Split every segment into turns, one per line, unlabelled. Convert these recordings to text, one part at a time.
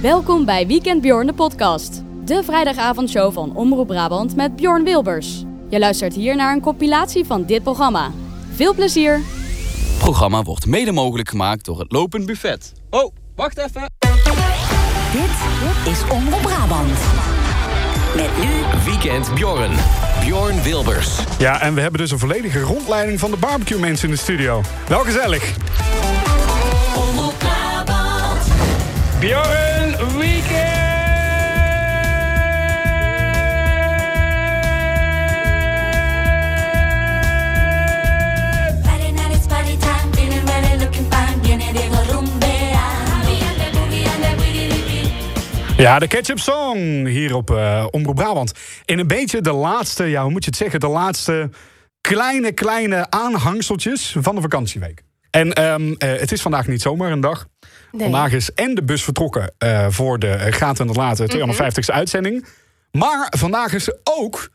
Welkom bij Weekend Bjorn de podcast. De vrijdagavondshow van Omroep Brabant met Bjorn Wilbers. Je luistert hier naar een compilatie van dit programma. Veel plezier!
Het programma wordt mede mogelijk gemaakt door het Lopend Buffet. Oh, wacht even.
Dit is Omroep Brabant. Met nu
Weekend Bjorn. Bjorn Wilbers.
Ja, en we hebben dus een volledige rondleiding van de barbecue mensen in de studio. Wel gezellig.
Omroep Brabant.
Bjorn Weekend!
Friday night it's party time, feeling ready, looking fine. Viene Diego Rumbea. Mami, ande, boogie, ande, wiggy, wiggy.
Ja, de Ketchup Song hier op eh Omroep Brabant. In een beetje de laatste, ja, hoe moet je het zeggen, de laatste kleine, kleine aanhangseltjes van de vakantieweek. En ehm, eh, het is vandaag niet zomaar een dag. Vandaag is en de bus vertrokken eh, voor de eh, Gaat en het Later 250ste uitzending. Maar vandaag is er ook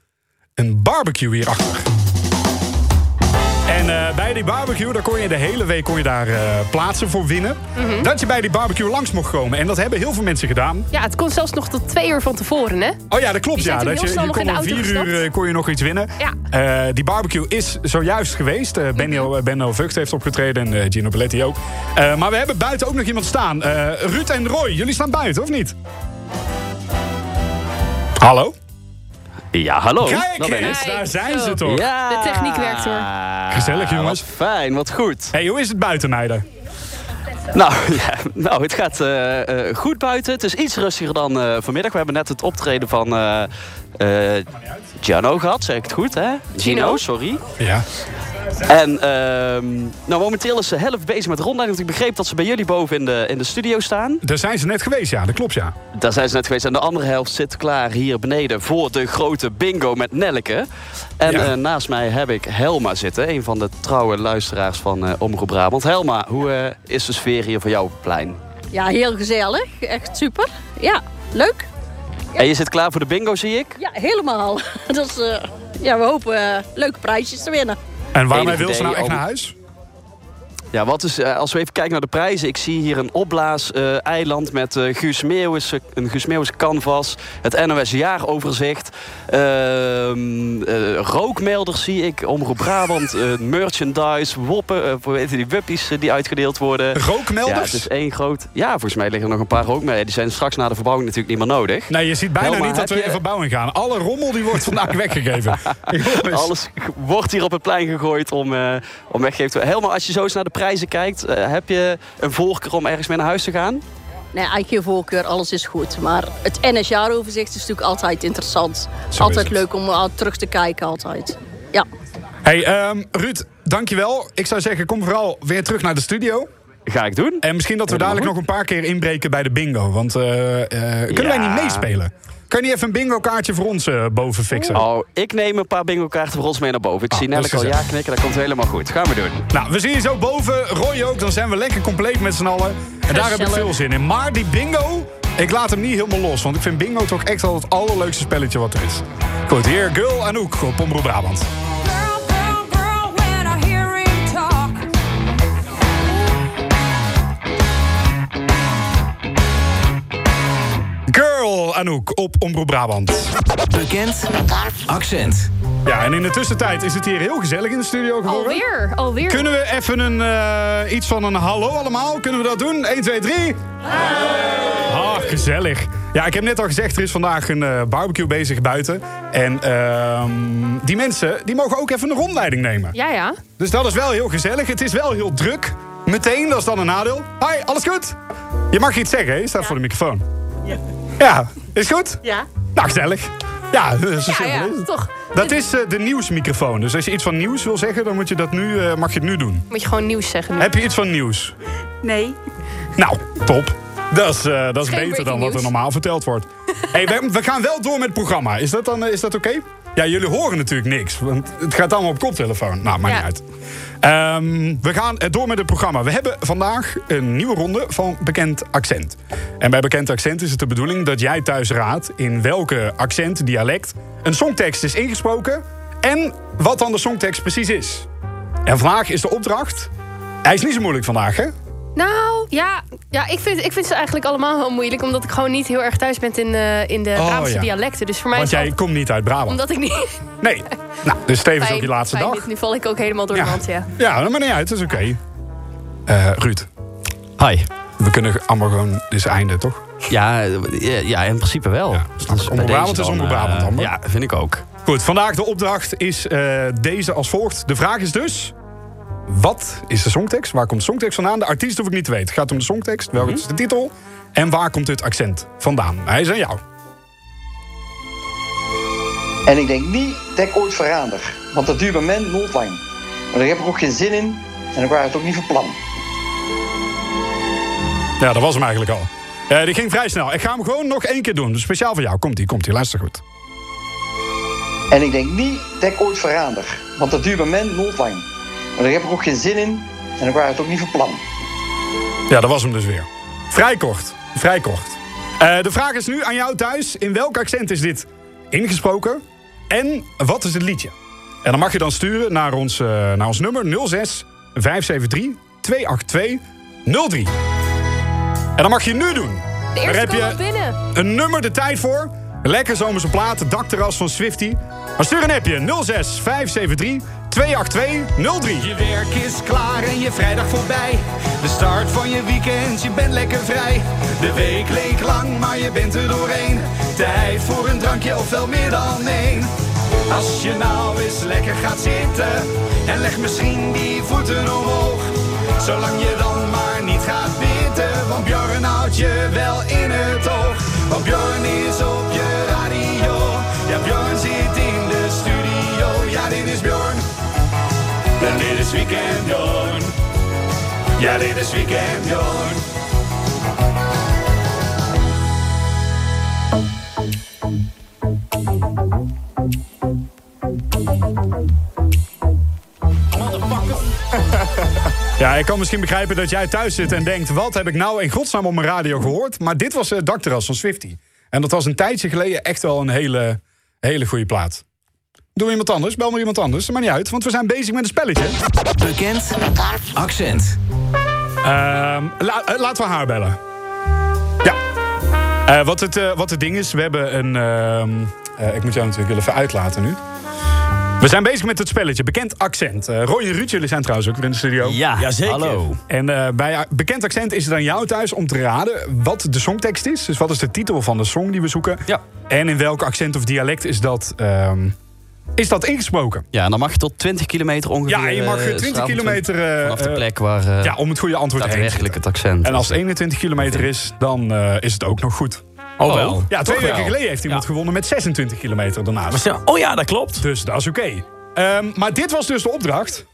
een barbecue hierachter. En eh, bij die barbecue, daar kon je de hele week kon je daar, eh, plaatsen voor winnen. Dat je bij die barbecue langs mocht komen. En dat hebben heel veel mensen gedaan.
Ja, het kon zelfs nog tot twee uur van tevoren, hè?
Oh ja, dat klopt.
Die zijn
Ja,
toen
dat
heel snel nog
kon
in de
om
auto
vier
gestapt.
uur eh, kon je nog iets winnen.
Ja.
Eh, die barbecue is zojuist geweest. Eh, Benno, eh, Benno Vught heeft opgetreden en eh, Gino Belletti ook. Eh, maar we hebben buiten ook nog iemand staan. Eh, Ruud en Roy, jullie staan buiten, of niet? Hallo?
Ja, hallo.
Kijk
Daar Oh, ben ik.
eens, daar
Kijk,
zijn
zo.
ze toch.
Ja. Ah,
De techniek werkt, hoor.
Gezellig, jongens.
Wat fijn, wat goed.
hey, hoe is het buiten, meiden?
Nou, ja, nou het gaat eh, eh, goed buiten. Het is iets rustiger dan eh, vanmiddag. We hebben net het optreden van eh, eh, Giano gehad, zeg ik het goed, hè? Gino, sorry.
Ja.
En ehm, nou, momenteel is de helft bezig met rondleiding. Want ik begreep dat ze bij jullie boven in de, in de studio staan.
Daar zijn ze net geweest, ja. Dat klopt, ja.
Daar zijn ze net geweest. En de andere helft zit klaar hier beneden voor de grote bingo met Nelleke. En
Ja.
eh, naast mij heb ik Helma zitten, een van de trouwe luisteraars van eh Omroep Brabant. Helma, hoe eh, is de sfeer hier voor jou op het plein?
Ja, heel gezellig. Echt super. Ja, leuk.
En je zit klaar voor de bingo, zie ik?
Ja, helemaal. Dus eh, ja, we hopen eh, leuke prijsjes te winnen.
En waarmee
Enige
wil ze nou
idee
echt
om-
naar huis?
Ja, wat is, eh, als we even kijken naar de prijzen. Ik zie hier een opblaas-eiland met eh, Guus Meeuwis, eh, een Guus Meeuwis canvas. Het NOS jaaroverzicht. ehm, eh, rookmelders zie ik. Omroep Brabant. eh, merchandise. Woppen. eh, hoe weten die wuppies eh, die uitgedeeld worden. Ja,
Rookmelders?
het is één groot... Ja, volgens mij liggen er nog een paar rookmelders. Die zijn straks na de verbouwing natuurlijk niet meer nodig.
Nee, je ziet bijna
Helma,
niet dat
heb
we in
je-
verbouwing gaan. Alle rommel die wordt vandaag weggegeven. Jongens.
Alles wordt hier op het plein gegooid om, eh om weggegeven te worden. Helemaal, als je zo eens naar de prijzen kijkt, eh, heb je een voorkeur om ergens mee naar huis te gaan?
Nee, eigenlijk geen voorkeur. Alles is goed. Maar het NS-jaaroverzicht is natuurlijk altijd interessant.
is
altijd
het.
leuk om eh, terug te kijken, altijd. Ja.
Hey, ehm Ruud, dankjewel. Ik zou zeggen, kom vooral weer terug naar de studio.
Ga ik doen.
En misschien dat we
Helemaal
dadelijk nog
goed.
een paar keer inbreken bij de bingo. Want eh, eh, kunnen wij
Ja.
niet meespelen? Kan je niet even een bingo kaartje voor ons eh, boven fixen?
Oh, ik neem een paar bingo kaarten voor ons mee naar boven. Ik zie
dat is
Nelleke al ja
gezellig.
knikken, Ah, dat komt helemaal goed. Gaan we doen.
Nou, we zien je zo boven. Roy ook, dan zijn we lekker compleet met z'n allen. En daar heb ik
Gezellig.
veel zin in. Maar die bingo, ik laat hem niet helemaal los. Want ik vind bingo toch echt al het allerleukste spelletje wat er is. Goed, hier Girl Anouk op Omroep Brabant.
Girl, girl, girl, when I hear him talk.
Girl Anouk op Omroep Brabant.
Bekend. Accent.
Ja, en in de tussentijd is het hier heel gezellig in de studio geworden.
Alweer, alweer.
Kunnen we even een, eh, iets van een hallo allemaal? Kunnen we dat doen? 1, 2, 3. Ah, gezellig. Ja, ik heb net al gezegd, er is vandaag een eh, barbecue bezig buiten. En ehm, die mensen, die mogen ook even een rondleiding nemen.
Ja, ja.
Dus dat is wel heel gezellig. Het is wel heel druk. Meteen, dat is dan een nadeel. Hi, alles goed? Je mag iets zeggen, hè? Je staat voor de microfoon. Ja. is goed?
Ja.
Nou, gezellig. Ja, dat is
Ja,
simpel,
ja,
is het.
toch.
Dat is eh, de nieuwsmicrofoon. Dus als je iets van nieuws wil zeggen, dan moet je dat nu, eh, mag je het nu doen.
Moet je gewoon nieuws zeggen nu.
Heb je iets van nieuws?
Nee.
Nou, top. Dat is, eh, dat is
Geen
beter
breaking
dan wat er
news.
normaal verteld wordt. hey, we, we gaan wel door met het programma. Is dat, dan, eh, is dat oké? Ja, jullie horen natuurlijk niks. Want het gaat allemaal op koptelefoon. Nou, maakt niet
Ja.
uit. Ehm, we gaan eh, door met het programma. We hebben vandaag een nieuwe ronde van Bekend Accent. En bij Bekend Accent is het de bedoeling dat jij thuis raadt... in welke accent, dialect, een songtekst is ingesproken... en wat dan de songtekst precies is. En vandaag is de opdracht... Hij is niet zo moeilijk vandaag, hè?
Nou, ja, ja ik, vind, ik vind ze eigenlijk allemaal heel moeilijk. Omdat ik gewoon niet heel erg thuis ben in, eh, in de
Oh,
Brabantse
ja.
dialecten. Dus voor mij
Want
is het
jij komt niet uit Brabant.
Omdat ik niet...
Nee. Nou, dus tevens ook je
Fijn,
laatste
fijn,
dag.
dit- nu val ik ook helemaal door de
Ja.
mand, ja.
Ja, maar nee uit, dat is oké. Eh, Ruud,
Hi.
we kunnen allemaal gewoon dus einden, toch?
Ja, eh, ja, in principe wel.
Ja,
Dus
snap ik.
bij
Omroep Brabant
deze
is
dan,
Omroep Brabant,
eh,
Amber.
Ja, vind ik ook.
Goed, vandaag de opdracht is eh, deze als volgt. De vraag is dus... Wat is de songtekst? Waar komt de songtekst vandaan? De artiest hoef ik niet te weten. Het gaat om de songtekst. Welke is de titel? En waar komt het accent vandaan? Hij is aan jou.
En ik denk niet dat ik ooit verander, want dat duurt bij mij nooit lang. Maar daar heb ik ook geen zin in en ik was het ook niet van plan.
Ja, dat was hem eigenlijk al. Eh, die ging vrij snel. Ik ga hem gewoon nog één keer doen. Dus speciaal voor jou. Komt-ie, komt-ie. Luister goed.
En ik denk niet dat ik ooit verander, want dat duurt bij mij nooit lang. Maar daar heb ik ook geen zin in en ik was het ook niet van plan.
Ja, dat was hem dus weer. Vrij kort. Vrij kort. Eh, de vraag is nu aan jou thuis. In welk accent is dit ingesproken? En wat is het liedje? En dan mag je dan sturen naar ons, eh, naar ons nummer 06 573 282 03. En dat mag je nu doen.
De
Daar
eerste
heb
kwam
je
al binnen.
een nummer de tijd voor. Lekker zomerse plaat, het dakterras van Swifty. Maar stuur een appje 06 573 282 03.
Je werk is klaar en je vrijdag voorbij. De start van je weekend, je bent lekker vrij. De week leek lang, maar je bent er doorheen. Tijd voor een drankje of wel meer dan één. Als je nou eens lekker gaat zitten en leg misschien die voeten omhoog. Zolang je dan maar niet gaat bitten, want Bjorn houdt je wel in het oog. Want Bjorn is op je radio, ja Bjorn zit in de studio. Ja, dit is Bjorn. En dit is Weekend Jorn. Ja, dit is Weekend Jorn.
Ja, ik kan misschien begrijpen dat jij thuis zit en denkt... wat heb ik nou in godsnaam op mijn radio gehoord? Maar dit was het dakterras van Swifty. En dat was een tijdje geleden echt wel een hele, hele goede plaat. Doe iemand anders, bel maar iemand anders. Dat maakt niet uit, want we zijn bezig met een spelletje.
Bekend accent.
Ehm, la- eh, laten we haar bellen. Ja. Eh, wat, het, eh, wat het ding is, we hebben een... ehm, eh, ik moet jou natuurlijk wel even uitlaten nu. We zijn bezig met het spelletje, bekend accent. Eh Roy en Ruud, jullie zijn trouwens ook weer in de studio.
Jazeker. hallo.
En eh, bij bekend accent is het aan jou thuis om te raden wat de songtekst is. Dus wat is de titel van de song die we zoeken.
Ja.
En in welk accent of dialect is dat, ehm, is dat ingesproken?
Ja, en dan mag je tot 20 kilometer ongeveer...
Ja, je mag
eh,
20
straal-
kilometer, eh,
vanaf de
eh,
plek waar eh
Ja, om het goede antwoord heen te
daadwerkelijk
zitten.
het accent
En als
is.
het 21 kilometer is, dan eh, is het ook nog goed.
Oh, wel.
Ja, twee
Toch
weken
wel.
geleden heeft iemand
Ja.
gewonnen met 26 kilometer daarnaast.
Zo, Oh ja, dat klopt.
Dus dat is oké. Ehm, maar dit was dus de opdracht.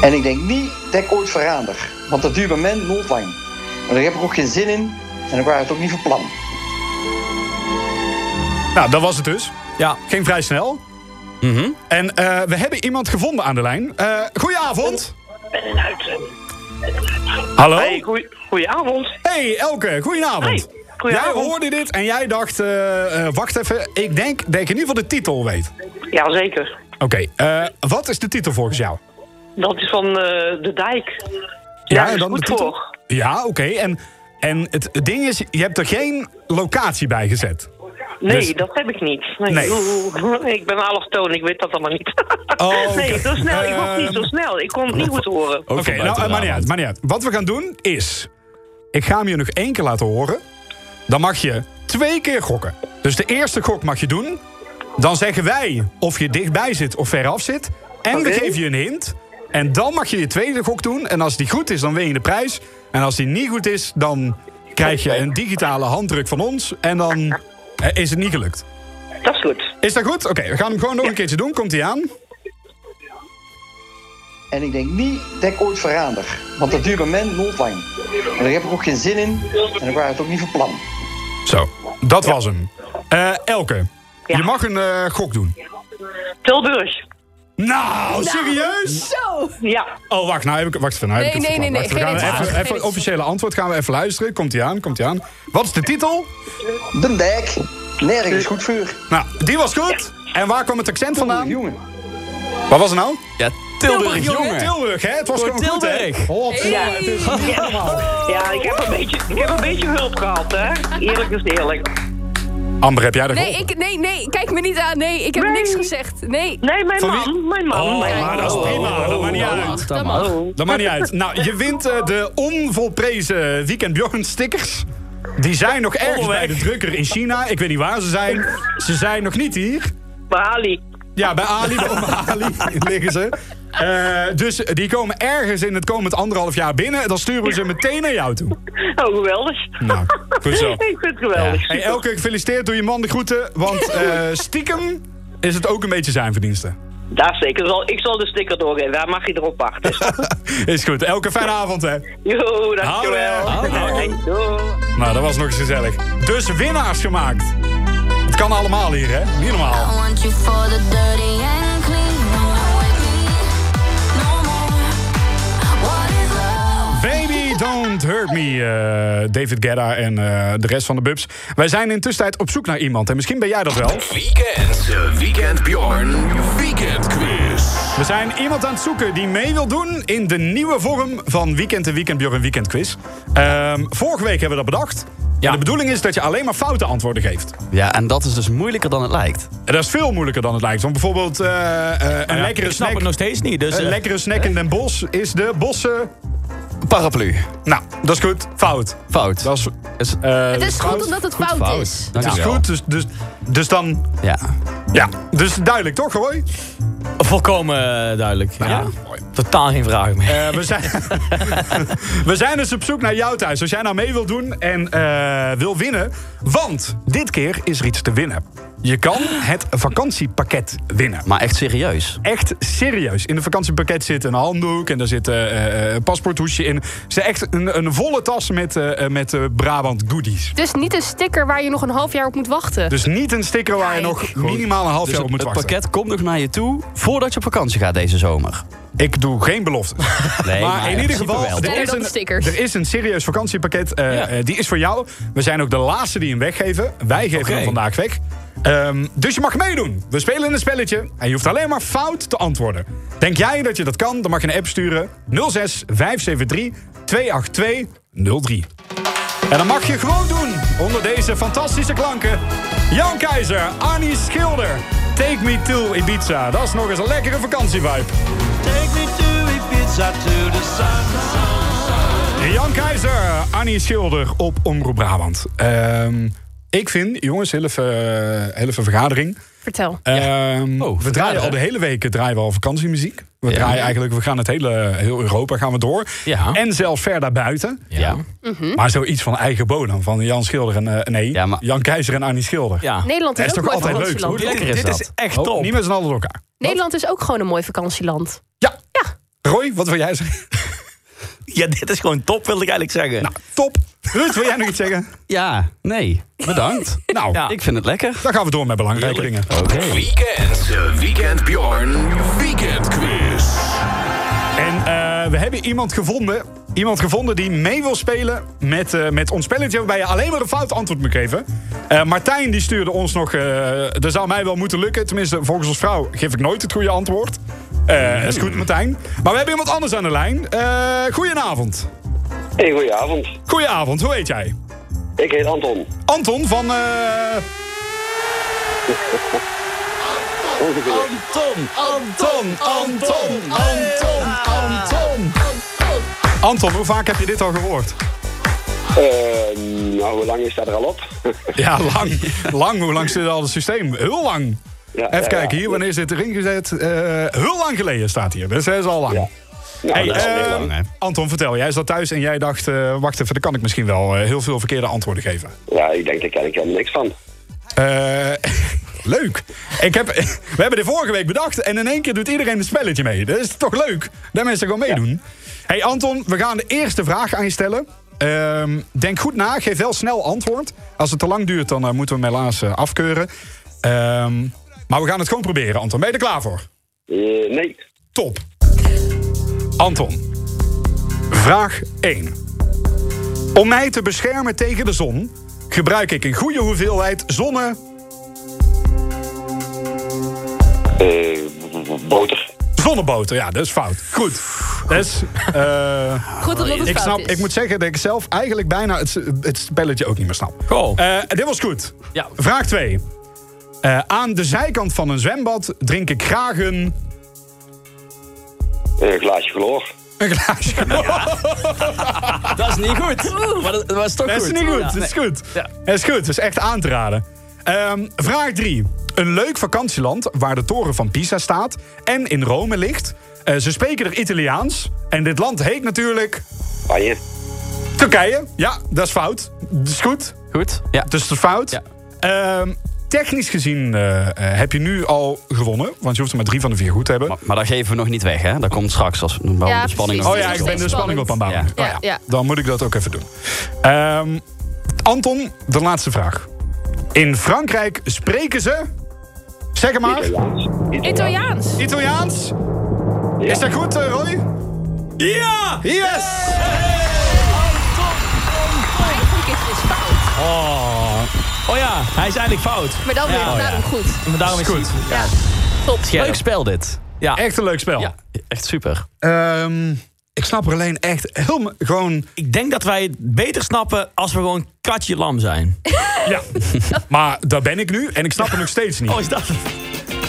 En ik denk niet dat ik ooit verander, want dat duurt bij mij nooit lang. Maar daar heb ik ook geen zin in en ik was het ook niet van plan.
Nou, dat was het dus.
Ja. Mhm.
Ging vrij snel. En eh, we hebben iemand gevonden aan de lijn. Eh goedenavond. Hallo?
Hey, goeie, goedenavond.
Hey Elke, goedenavond.
Hey, goedenavond.
Jij hoorde dit en jij dacht, eh, eh, wacht even, ik denk dat ik in ieder geval de titel weet.
Ja, zeker.
Oké, eh, wat is de titel volgens jou?
Dat is van eh, De Dijk.
Ja,
is
dan de
dus goed
titel?
voor.
Ja, oké. En, en het ding is, je hebt er geen locatie bij gezet.
Nee,
Dus-
dat heb ik niet. Nee.
Nee.
Oeh, oeh, ik ben allochtoon, ik weet dat allemaal niet.
Oh,
Nee,
oké.
zo snel. Ik was niet
Ehm,
zo snel. Ik kon het niet goed horen.
Oké,
van
nou,
buiten
eh, maar niet,
Brabant.
uit, maar niet uit. Wat we gaan doen is... Ik ga hem je nog één keer laten horen. Dan mag je twee keer gokken. Dus de eerste gok mag je doen. Dan zeggen wij of je dichtbij zit of veraf zit. En we
Oké.
geven je een hint. En dan mag je je tweede gok doen. En als die goed is, dan win je de prijs. En als die niet goed is, dan krijg je een digitale handdruk van ons. En dan eh, is het niet gelukt.
Dat is goed.
Is dat goed? Oké, we gaan hem gewoon nog een keertje doen. Komt hij aan?
En ik denk niet dat ik ooit verander, want dat duurt bij mij nooit lang. Maar daar heb ik ook geen zin in en ik was het ook niet van plan.
Zo, dat was hem. Eh, Elke,
Ja.
je mag een eh, gok doen.
Tilburg.
Nou, serieus?
Zo!
Ja.
Oh, wacht, nou heb ik, wacht even. Nou, heb
Nee,
ik het
nee, nee, nee,
verklapt. Wacht,
geen
we gaan
inzet,
even, even
geen
het officiële antwoord gaan we even luisteren. Komt ie aan, komt ie aan. Wat is de titel?
De dijk, nergens goed vuur.
Nou, die was goed. En waar kwam het accent vandaan?
Jongen,
Wat was het nou?
Ja, Tilburg, jongen.
Tilburg, hè? Het was
Door
gewoon goed, hè?
Tilburg.
Hot, ja, het is niet normaal.
Ja, ik heb, een beetje, ik heb een beetje hulp gehad, hè? Eerlijk is eerlijk.
Amber, heb jij er
Nee, ik, nee, nee, kijk me niet aan. Nee, ik heb
Nee.
niks gezegd. Nee.
Nee, mijn
Van wie-
man. Mijn man.
Oh,
mijn
maar
man.
dat is prima. Dat maakt niet uit.
Dat mag.
Dat maakt niet uit. Nou, je wint eh, de onvolprezen Weekend Bjorn stickers. Die zijn nog ergens bij de drukker in China. Ik weet niet waar ze zijn. Ze zijn nog niet hier.
Bali.
Ja, bij Ali, bij oma Ali liggen ze. Eh, dus die komen ergens in het komend anderhalf jaar binnen. Dan sturen we ze meteen naar jou toe.
Oh, geweldig.
Nou, goed zo.
Ik vind het geweldig.
Hey, Elke, gefeliciteerd. Doe je man de groeten. Want eh, stiekem is het ook een beetje zijn verdiensten.
Daar zeker. Zal- Ik zal de sticker doorgeven. Daar mag je erop wachten.
Is goed. Elke, fijne avond, hè.
Jo, dankjewel.
Hallo.
Hey, doei.
Nou, dat was nog eens gezellig. Dus winnaars gemaakt. Het kan allemaal hier, hè? Niet normaal.
I want you for the dirty and clean. No more with me, no more. What is love?
Baby Don't Hurt Me, eh, David Guetta en eh, de rest van de bubs. Wij zijn in tussentijd op zoek naar iemand. En misschien ben jij dat wel.
Weekend. De Weekend Bjorn Weekend Quiz.
We zijn iemand aan het zoeken die mee wil doen in de nieuwe vorm van Weekend en Weekend Bjorn Weekend Quiz. Ehm, vorige week hebben we dat bedacht. En de bedoeling is dat je alleen maar foute antwoorden geeft.
Ja, en dat is dus moeilijker dan het lijkt.
En dat is veel moeilijker dan het lijkt. Want bijvoorbeeld eh, eh, een
Nou ja,
lekkere
ik snap
snack...
het nog steeds niet, dus,
een
eh,
lekkere snack in Den Bosch is de bossen...
Paraplu.
Nou, dat is goed. Fout.
Fout.
Dat is, eh,
Het is
fout.
goed omdat het fout,
fout.
is.
Het is
Dankjewel.
goed, dus, dus, dus dan...
Ja.
Ja, dus duidelijk toch, hoor?
Volkomen eh, duidelijk. ja. Totaal geen vragen meer.
Eh, we, zijn, we zijn dus op zoek naar jou thuis. Als jij nou mee wil doen en eh, wil winnen. Want dit keer is er iets te winnen. Je kan het vakantiepakket winnen.
Maar echt serieus.
Echt serieus. In het vakantiepakket zit een handdoek en daar zit eh, eh, een paspoorthoesje in. Het is echt een, een volle tas met, eh, eh, met eh, Brabant goodies.
Dus niet een sticker waar je nog een half jaar op moet wachten.
Dus niet een sticker waar je nog minimaal een half
Dus
jaar
het,
op moet
het
wachten.
pakket komt nog naar je toe voordat je op vakantie gaat deze zomer.
Ik doe geen beloftes.
Nee,
maar, in ieder
principe
geval,
wel.
Sterker
er is,
dan
een,
de stickers.
er is een serieus vakantiepakket. eh,
Ja.
eh, die is voor jou. We zijn ook de laatste die hem weggeven. Wij geven
Oké.
hem vandaag weg. Ehm, dus je mag meedoen. We spelen een spelletje. En je hoeft alleen maar fout te antwoorden. Denk jij dat je dat kan? Dan mag je een app sturen. 06 573 282 03. En dat mag je gewoon doen. Onder deze fantastische klanken. Jan Keizer, Annie Schilder. Take me to Ibiza. Dat is nog eens een lekkere vakantievibe.
Take me to Ibiza to the sun.
Jan Keizer, Annie Schilder op Omroep Brabant. Ehm, ik vind, jongens, heel even, eh, heel even vergadering.
Vertel.
Ehm,
Oh,
we draaien
vergaderen.
al de hele week eh, draaien we al vakantiemuziek. We draaien eigenlijk, we gaan het hele heel Europa gaan we door.
Ja.
En zelfs ver daarbuiten.
Ja.
Mm.
Mhm.
Maar zoiets van eigen bodem, van Jan Schilder en eh, nee,
Ja, maar-
Jan Keizer en Annie Schilder.
Ja.
Nederland is,
Dat is
ook
toch
mooi
altijd leuk,
vakantieland.
hoor.
Hoe lekker is
Dit
dat?
is echt
Oh,
top.
niet met z'n allen door elkaar.
Nederland is ook gewoon een mooi vakantieland.
Ja.
Ja.
Roy, wat wil jij zeggen?
Ja, dit is gewoon top, wilde ik eigenlijk zeggen.
Nou, top. Ruud, wil jij nog iets zeggen?
Ja, nee. Bedankt.
Nou,
Ja.
Ik vind het lekker.
dan gaan we door met belangrijke dingen.
Oké.
Weekend. De Weekend Bjorn Weekend Quiz.
En eh, we hebben iemand gevonden. Iemand gevonden die mee wil spelen met, eh, met ons spelletje... waarbij je alleen maar een fout antwoord moet geven. Eh, Martijn die stuurde ons nog... eh dat zou mij wel moeten lukken. Tenminste, volgens ons vrouw geef ik nooit het goede antwoord. Eh is goed, Martijn. Maar we hebben iemand anders aan de lijn. Eh goedenavond.
Hey, goedenavond.
Goedenavond, hoe heet jij?
Ik heet Anton.
Anton van... eh,
Anton,
Anton, Anton, Anton, Anton. Anton, hoe vaak heb je dit al gehoord?
Eh, nou, hoe lang is dat er al op?
Ja, lang. Lang, hoe lang zit al het systeem? Heel lang.
Ja,
Even
ja,
kijken,
ja.
hier, wanneer is dit erin gezet? Eh, heel lang geleden staat hier, dus dat is al lang.
Nou,
Hey,
dat is al heel
eh,
lang.
Anton, vertel, jij zat thuis en jij dacht... eh, wacht even, dan kan ik misschien wel eh, heel veel verkeerde antwoorden geven.
Ja, ik denk, daar ken ik helemaal niks van.
Eh, leuk. Ik heb, we hebben dit vorige week bedacht en in één keer doet iedereen een spelletje mee. Dat is toch leuk? Dat mensen gewoon meedoen. Hey Anton, we gaan de eerste vraag aan je stellen. Ehm, denk goed na, geef wel snel antwoord. Als het te lang duurt, dan eh, moeten we hem helaas eh, afkeuren. Ehm, maar we gaan het gewoon proberen, Anton. Ben je er klaar voor?
Eh, nee.
Top. Anton. Vraag 1. Om mij te beschermen tegen de zon gebruik ik een goede hoeveelheid zonne...
Eh, boter.
Zonneboter, ja, dat is fout. Goed. Dat is, eh,
Goed dat het
ik
fout
snap,
is.
Ik moet zeggen dat ik zelf eigenlijk bijna het, het spelletje ook niet meer snap. Eh, dit was goed. Vraag 2. aan de zijkant van een zwembad drink ik graag een...
Een glaasje verloor.
Een glaasje.
Dat is niet goed. Maar dat, dat was toch
Dat
goed.
is niet goed,
Ja,
dat is
nee.
goed. Dat is goed, dat is echt aan te raden. Ehm, vraag 3. Een leuk vakantieland waar de toren van Pisa staat en in Rome ligt. Eh, ze spreken er Italiaans en dit land heet natuurlijk...
Spanje.
Turkije. Ja, dat is fout. Dat is goed.
Goed, ja.
Dus dat is fout. Ehm, technisch gezien eh, eh, heb je nu al gewonnen, want je hoeft er maar drie van de vier goed te hebben.
Maar dat geven we nog niet weg, hè? Dat komt straks als we
Ja,
de spanning
precies.
Oh ja, ik ben de spanning op aan het bouwen.
Ja,
Oh ja.
ja.
Dan moet ik dat ook even doen. Ehm, Anton, de laatste vraag. In Frankrijk spreken ze... Zeg het maar. Italiaans.
Italiaans.
Italiaans? Is dat goed, eh, Roy? Ja! Yes!
Eigenlijk is het fout.
Oh. oh ja, hij is eigenlijk fout.
Maar dan weer,
Ja.
daarom goed.
Maar daarom is
Is
het
goed.
goed.
Ja. Top.
Leuk spel dit.
Ja.
Echt een leuk spel.
Ja, echt super.
Ehm, ik snap er alleen echt helemaal gewoon...
Ik denk dat wij het beter snappen als we gewoon katje lam zijn.
Ja, maar daar ben ik nu en ik snap het nog steeds niet.
Oh, is dat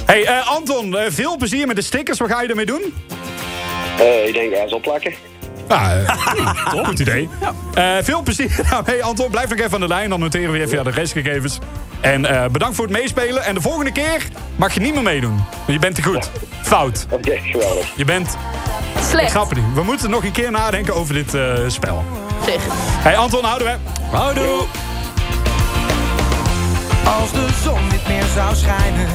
Hey eh, Anton, eh, veel plezier met de stickers. Wat ga je ermee doen?
Eh, ik denk ergens opplakken.
Ja, eh, goed idee. Eh, veel plezier daarmee, Anton. Blijf nog even aan de lijn, dan noteren we even ja, de restgegevens. En eh, bedankt voor het meespelen. En de volgende keer mag je niet meer meedoen. Want je bent te goed. Fout.
Oké, geweldig.
Je bent... Ik
Slecht.
snap het niet. We moeten nog een keer nadenken over dit eh, spel. Hey Anton, houden we. Houdoe.
Als de zon niet meer zou schijnen.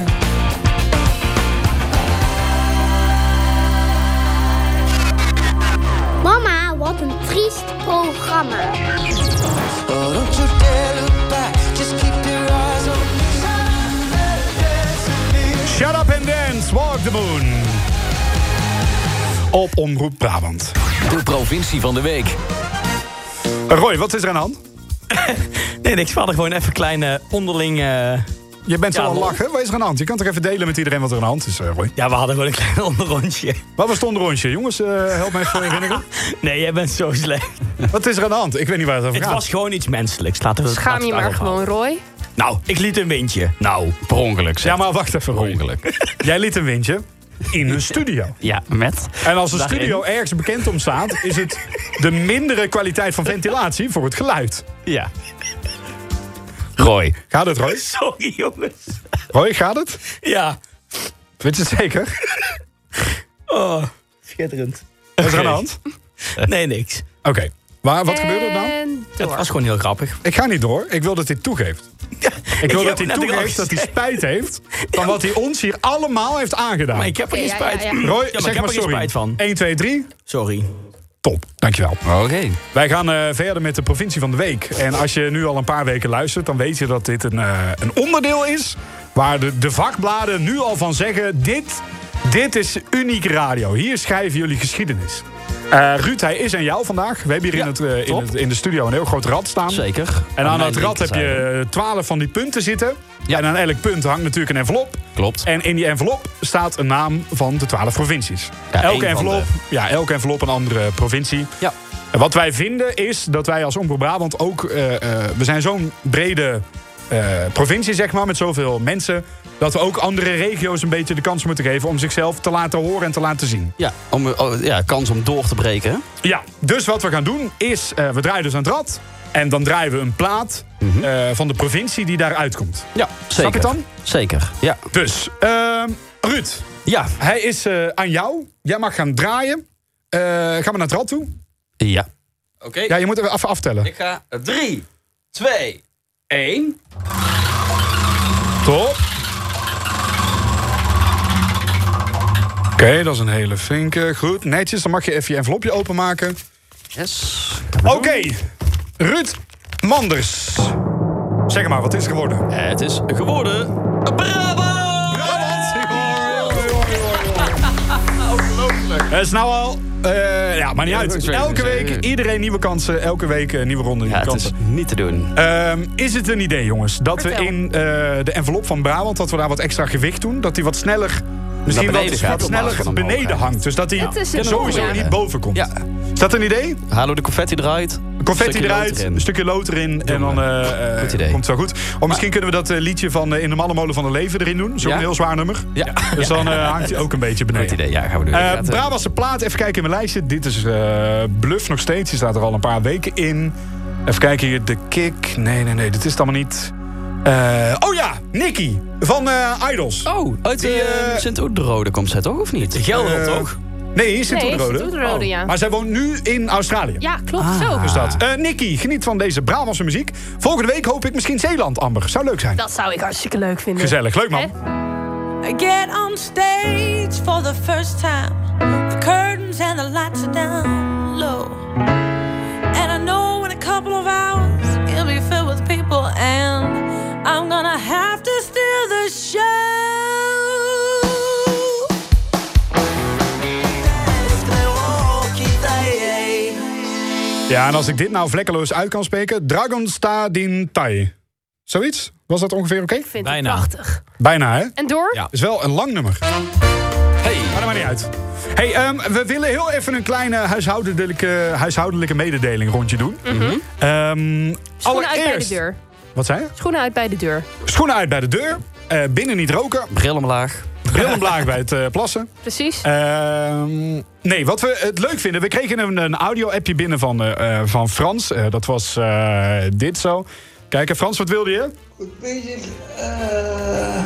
Mama, wat een triest programma.
Oh, don't you dare look back. Just keep your eyes on me.
Shut up and dance, walk the moon. Op Omroep Brabant.
De provincie van de week.
Eh, Roy, wat is er aan de hand?
Nee, niks. We hadden gewoon even kleine onderling... eh,
Je bent zo
Ja,
aan het
lol.
lachen. Wat is er aan de hand? Je kan toch even delen met iedereen wat er aan de hand is, eh, Roy?
Ja, we hadden gewoon een klein onderrondje.
Wat was het onderrondje? Jongens, eh, help me even herinneren.
Nee, jij bent zo slecht.
Wat is er aan de hand? Ik weet niet waar het over
Het
gaat.
was gewoon iets menselijks. Laten we het
Schaam
laten
je
we
maar
daarop houden.
gewoon, Roy.
Nou, ik liet een windje.
Nou, per ongeluk zeg.
Ja, maar wacht even, Roy. Jij liet een windje in een studio.
Ja, met.
En als een
Daarin.
studio ergens bekend om staat, is het de mindere kwaliteit van ventilatie voor het geluid.
Ja. Roy.
Gaat het, Roy?
Sorry, jongens.
Roy, gaat het?
Ja.
Weet je het zeker?
Oh, schitterend.
Wat is er aan de hand?
Nee, niks.
Oké. Maar
Eh.
wat gebeurde er nou?
En
Het
door.
was gewoon heel grappig.
Ik ga niet door. Ik wil dat hij toegeeft. Ik wil
heb
dat
het
hij
net ook al
toegeeft dat hij
gezegd.
spijt heeft van wat hij ons hier allemaal heeft aangedaan.
Maar ik heb er geen
Ja, ja,
spijt
ja, ja.
Roy,
Ja, maar
zeg
ik heb
maar
er geen
sorry.
spijt van.
1, 2, 3.
Sorry.
Top, dankjewel.
Oké.
Wij gaan eh, verder met de provincie van de week. En als je nu al een paar weken luistert, dan weet je dat dit een, eh, een onderdeel is... waar de, de vakbladen nu al van zeggen... Dit, dit is unieke radio. Hier schrijven jullie geschiedenis. Eh, Ruud, hij is aan jou vandaag. We hebben hier in, het, eh, in,
top.
het- in de studio een heel groot rad staan.
Zeker.
En aan
mijn
dat rad heb
linkerzijde.
je eh, twaalf van die punten zitten. En aan elk punt hangt natuurlijk een envelop.
Klopt.
En in die envelop staat een naam van de twaalf provincies.
Ja, één
elke,
van
envelop, ja, elke envelop een andere provincie.
Ja.
En wat wij vinden is dat wij als Omroep Brabant ook... eh, eh, we zijn zo'n brede eh, provincie, zeg maar, met zoveel mensen... dat we ook andere regio's een beetje de kans moeten geven... om zichzelf te laten horen en te laten zien.
Ja, om, oh, ja, kans om door te breken. hè?
Ja, dus wat we gaan doen is, eh, we draaien dus aan het rad. En dan draaien we een plaat eh, van de provincie die daaruit komt.
Ja, zeker.
Snap je het dan?
Zeker, ja.
Dus, ehm, Ruud,
Ja,
hij is eh, aan jou. Jij mag gaan draaien. Eh, gaan we naar het rad toe?
ja. Oké,
Ja, je moet even af- aftellen.
ik ga 3, 2, 1.
Top. Oké, dat is een hele vinke. Goed, netjes. Dan mag je even je envelopje openmaken.
Yes.
Oké, Ruud Manders. Zeg maar, wat is er geworden?
Het is geworden. Brabant!
Het is nou al... eh, ja, maar niet
Ja, dat
uit.
is
Elke
weer-
week iedereen nieuwe kansen. Elke week een nieuwe ronde, nieuwe
Ja, het is
kansen.
niet te doen.
Ehm, is het een idee, jongens, dat we in eh, de envelop van Brabant... dat we daar wat extra gewicht doen? Dat die wat sneller Misschien
Naar
wat,
beneden gaat
wat
op plaats
sneller
van omhoog,
beneden
hè.
hangt. Dus dat hij
Ja. Het is een
sowieso
mooie.
niet boven komt. Is dat een idee?
Halen we de confetti eruit.
Confetti
stukje
eruit,
lood erin.
een stukje lood erin en dan eh, eh,
Goed idee.
komt het wel goed. Of misschien kunnen we dat eh, liedje van eh, In de Mallenmolen van de Leven erin doen. Dat is ook
Ja?
een heel zwaar nummer.
Ja.
Dus dan eh, hangt hij ook een beetje beneden.
Goed idee, ja, gaan we doen.
Eh,
Inderdaad, eh,
Brabantse plaat, even kijken in mijn lijstje. Dit is eh, Bluff nog steeds, die staat er al een paar weken in. Even kijken hier, de Kick. Nee, nee, nee, dit is het allemaal niet. Eh, oh ja, Nicky van eh, Idols.
Oh, uit
Die,
eh,
eh,
Sint-Oederode komt zij toch, of niet?
Gelderland,
Eh,
toch? Nee, is
Nee,
Sint-Oederode.
Sint-Oederode, ja.
Oh. Maar zij woont nu in Australië.
Ja, klopt. zo.
Dus dat.
Ah.
Eh Nicky, geniet van deze Brabantse muziek. Volgende week hoop ik misschien Zeeland, Amber. Zou leuk zijn.
Dat zou ik hartstikke leuk vinden.
Gezellig, leuk man.
I get on stage for the first time. The curtains and the lights are down low. And I know in a couple of hours it'll be filled with people, and I'm gonna have to steal the show.
Ja, en als ik dit nou vlekkeloos uit kan spreken... Dragon Stadin Tai. Zoiets? Was dat ongeveer oké?
Ik vind het prachtig.
Bijna, hè?
En door?
Is wel een lang nummer.
Hey.
Maar dat maakt niet uit. Hey, ehm, we willen heel even een kleine huishoudelijke, huishoudelijke mededeling rondje doen. Ehm,
Mhm. Schoenen uit bij de
allereerst...
deur.
Wat zei je?
Schoenen uit bij de deur.
Schoenen uit bij de deur. eh, binnen niet roken.
Bril omlaag.
Bril omlaag bij het eh, plassen.
Precies.
Ehm, nee, wat we het leuk vinden... We kregen een, een audio-appje binnen van, eh, eh, van Frans. Eh, dat was eh, dit zo. Kijk, eh, Frans, wat wilde je?
Goed bezig. eh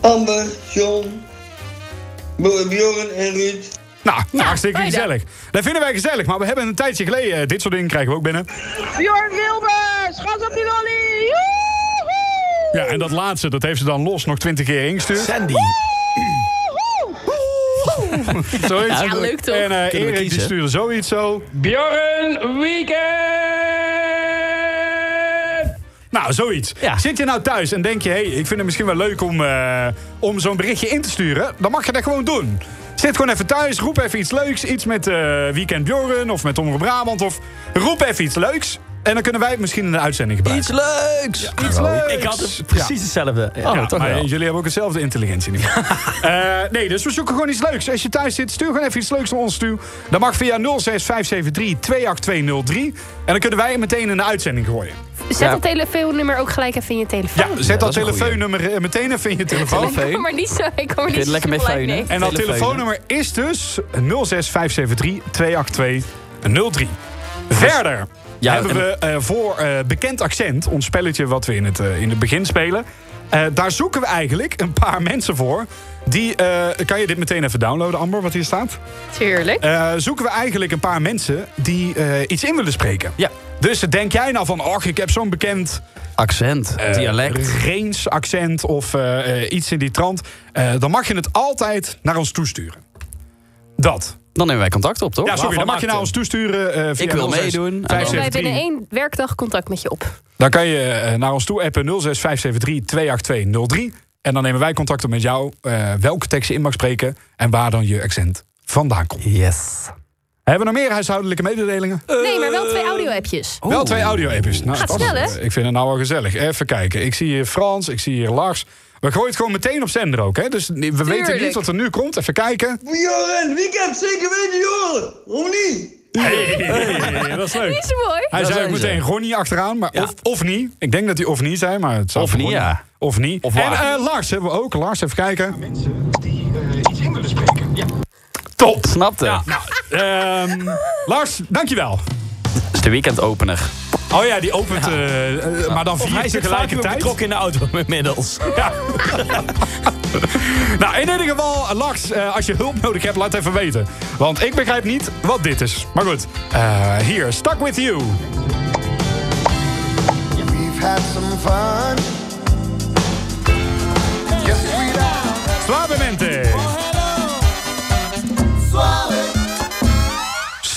Amber, John, Bo- Bjorn en Ruud.
Nou, hartstikke
beide.
gezellig. Dat vinden wij gezellig, maar we hebben een tijdje geleden... eh, dit soort dingen krijgen we ook binnen.
Bjorn Wilbers, gas op die lolly!
Ja, en dat laatste, dat heeft ze dan los nog twintig keer ingestuurd. Sandy. zoiets.
Ja, leuk toch?
En eh
Kunnen we
Erik die
kiezen?
stuurde zoiets zo.
Bjorn Weekend!
Nou, zoiets. Zit je nou thuis en denk je... hey, ik vind het misschien wel leuk om, eh, om zo'n berichtje in te sturen... dan mag je dat gewoon doen. Zit gewoon even thuis, roep even iets leuks. Iets met eh, Weekend Bjorn of met Omroep Brabant... of roep even iets leuks... En dan kunnen wij het misschien in de uitzending gebruiken.
Iets leuks! Oh,
iets leuks!
Ik had het precies
Ja.
hetzelfde. Ja,
Ja, Oh,
toch
maar
wel.
jullie hebben ook hetzelfde intelligentieniveau. Eh nee, dus we zoeken gewoon iets leuks. Als je thuis zit, stuur gewoon even iets leuks naar ons toe. Dat mag via 06573-28203. En dan kunnen wij hem meteen in de uitzending gooien.
Zet dat telefoonnummer ook gelijk even in je telefoon.
Ja, zet dat telefoonnummer eh, meteen even in je telefoon.
Ik kom er niet zo, ik kom er niet zo soepel uit, nee.
En dat telefoonnummer is dus 06573-28203. Verder
Ja,
hebben
en-
we eh, voor eh, Bekend Accent, ons spelletje wat we in het, eh, in het begin spelen. eh, daar zoeken we eigenlijk een paar mensen voor. Die, eh, kan je dit meteen even downloaden, Amber, wat hier staat?
Tuurlijk.
Eh, zoeken we eigenlijk een paar mensen die eh, iets in willen spreken. Ja. Dus denk jij nou van, och, ik heb zo'n bekend...
Accent,
eh,
dialect.
Reens accent of eh, eh, iets in die trant. eh, dan mag je het altijd naar ons toesturen. Dat.
Dan nemen wij contact op, toch?
Ja, sorry, dan mag je naar ons toesturen. eh, via
Ik wil
06
meedoen.
Dan hebben wij
573.
binnen één werkdag contact met je op.
Dan kan je eh, naar ons toe appen 06573-28203. En dan nemen wij contact op met jou. eh, welke tekst je in mag spreken en waar dan je accent vandaan komt.
Yes.
Hebben we nog meer huishoudelijke mededelingen?
Nee, maar wel twee audio-appjes.
Wel twee audio-appjes.
Gaat
dat
snel,
is-
hè?
Ik vind het nou wel gezellig. Even kijken. Ik zie hier Frans, ik zie hier Lars. We gooien het gewoon meteen op zender ook, hè? Dus we weten niet wat er nu komt. Even kijken.
Bjorn, weekend zeker weten, Joren. Hoe niet?
Ja, dat is leuk.
Die is mooi.
Hij zei ook
zijn ze.
meteen Ronnie achteraan, maar of, of niet. Ik denk dat hij of niet zei, maar het zou
Of
voor
niet,
Ronnie-
ja.
Of niet.
Of
en
waar.
eh, Lars hebben we ook. Lars, even kijken. Top.
Snapte.
Ja, nou, ehm, Lars, dankjewel.
Dat is de weekendopener.
Oh ja, die opent, eh, eh, maar dan
Of
vier
hij zit vaak
tegelijkertijd.
betrokken in de auto inmiddels.
Ja. nou, in ieder geval, eh, Lars, eh, als je hulp nodig hebt, laat even weten. Want ik begrijp niet wat dit is. Maar goed, eh, hier, Stuck With You.
We've had some fun. Yes, we have.
Suavemente.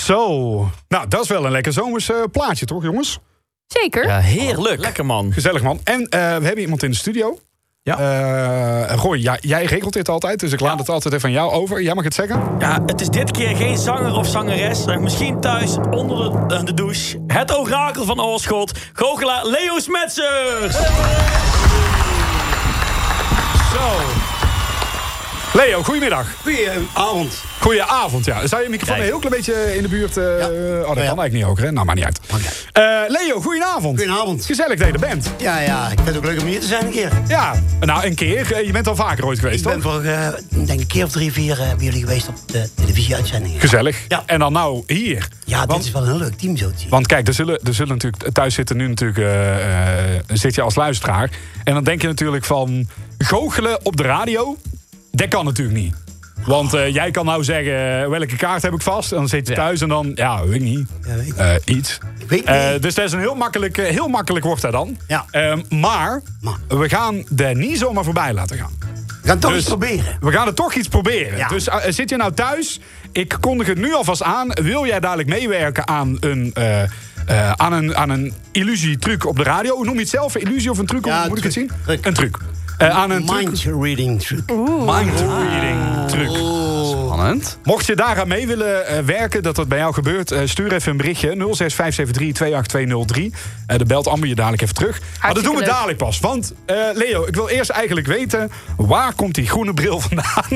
Zo. Nou, dat is wel een lekker zomers eh, plaatje, toch, jongens?
Zeker.
heerlijk.
Lekker man.
Gezellig, man. En eh, we hebben iemand in de studio. Ja. Roy, ja, jij regelt dit altijd, dus ik laat het altijd even aan jou over. Jij mag het zeggen.
Ja, het is dit keer geen zanger of zangeres. maar Misschien thuis onder de, eh, de douche. Het orakel van Oorschot. Goochelaar Leo Smetsers.
Zo. Leo, goedemiddag.
Goedenavond.
Goedenavond, ja. Zou je microfoon een heel klein beetje in de buurt... eh, Oh, dat kan eigenlijk niet hoger, hè? Nou, maar niet uit. Eh, Leo, goedenavond. Goedenavond. Gezellig dat je er bent.
Ja, ja, ik vind het ook leuk om hier te zijn een keer.
Ja, nou, een keer. Eh, Je bent al vaker ooit geweest,
Ik
toch?
ben voor, eh, ik denk een keer of drie, vier eh, bij jullie geweest op de televisieuitzendingen.
Gezellig. En dan nou hier.
Ja, dit is wel een heel leuk team zo.
Want kijk, er zullen, er zullen natuurlijk thuis zitten nu natuurlijk... eh, eh, zit je als luisteraar. En dan denk je natuurlijk van... Goochelen op de radio? Dat kan natuurlijk niet. Want eh, jij kan nou zeggen, welke kaart heb ik vast? En dan zit je thuis en dan, ja, weet ik niet. Eh, iets. Eh, dus dat is een heel makkelijk, eh, heel makkelijk wordt dat dan. Ehm, maar, we gaan er niet zomaar voorbij laten gaan. We
gaan toch iets proberen.
Dus We gaan er toch iets proberen.
Ja.
Dus eh, zit je nou thuis? Ik kondig het nu alvast aan. Wil jij dadelijk meewerken aan een, eh, eh, aan een, aan een illusie-truc op de radio? Hoe noem je het zelf? Een illusie of een truc? Hoe moet ik het zien? Een truc. Eh, aan een
Mind reading truc.
Mind reading truc. Spannend. Mocht je daaraan mee willen eh, werken, dat dat bij jou gebeurt, eh, stuur even een berichtje. 06573 28203. Eh dan belt Amber je dadelijk even terug. maar dat doen we
leuk.
dadelijk pas. Want eh, Leo, ik wil eerst eigenlijk weten, waar komt die groene bril vandaan?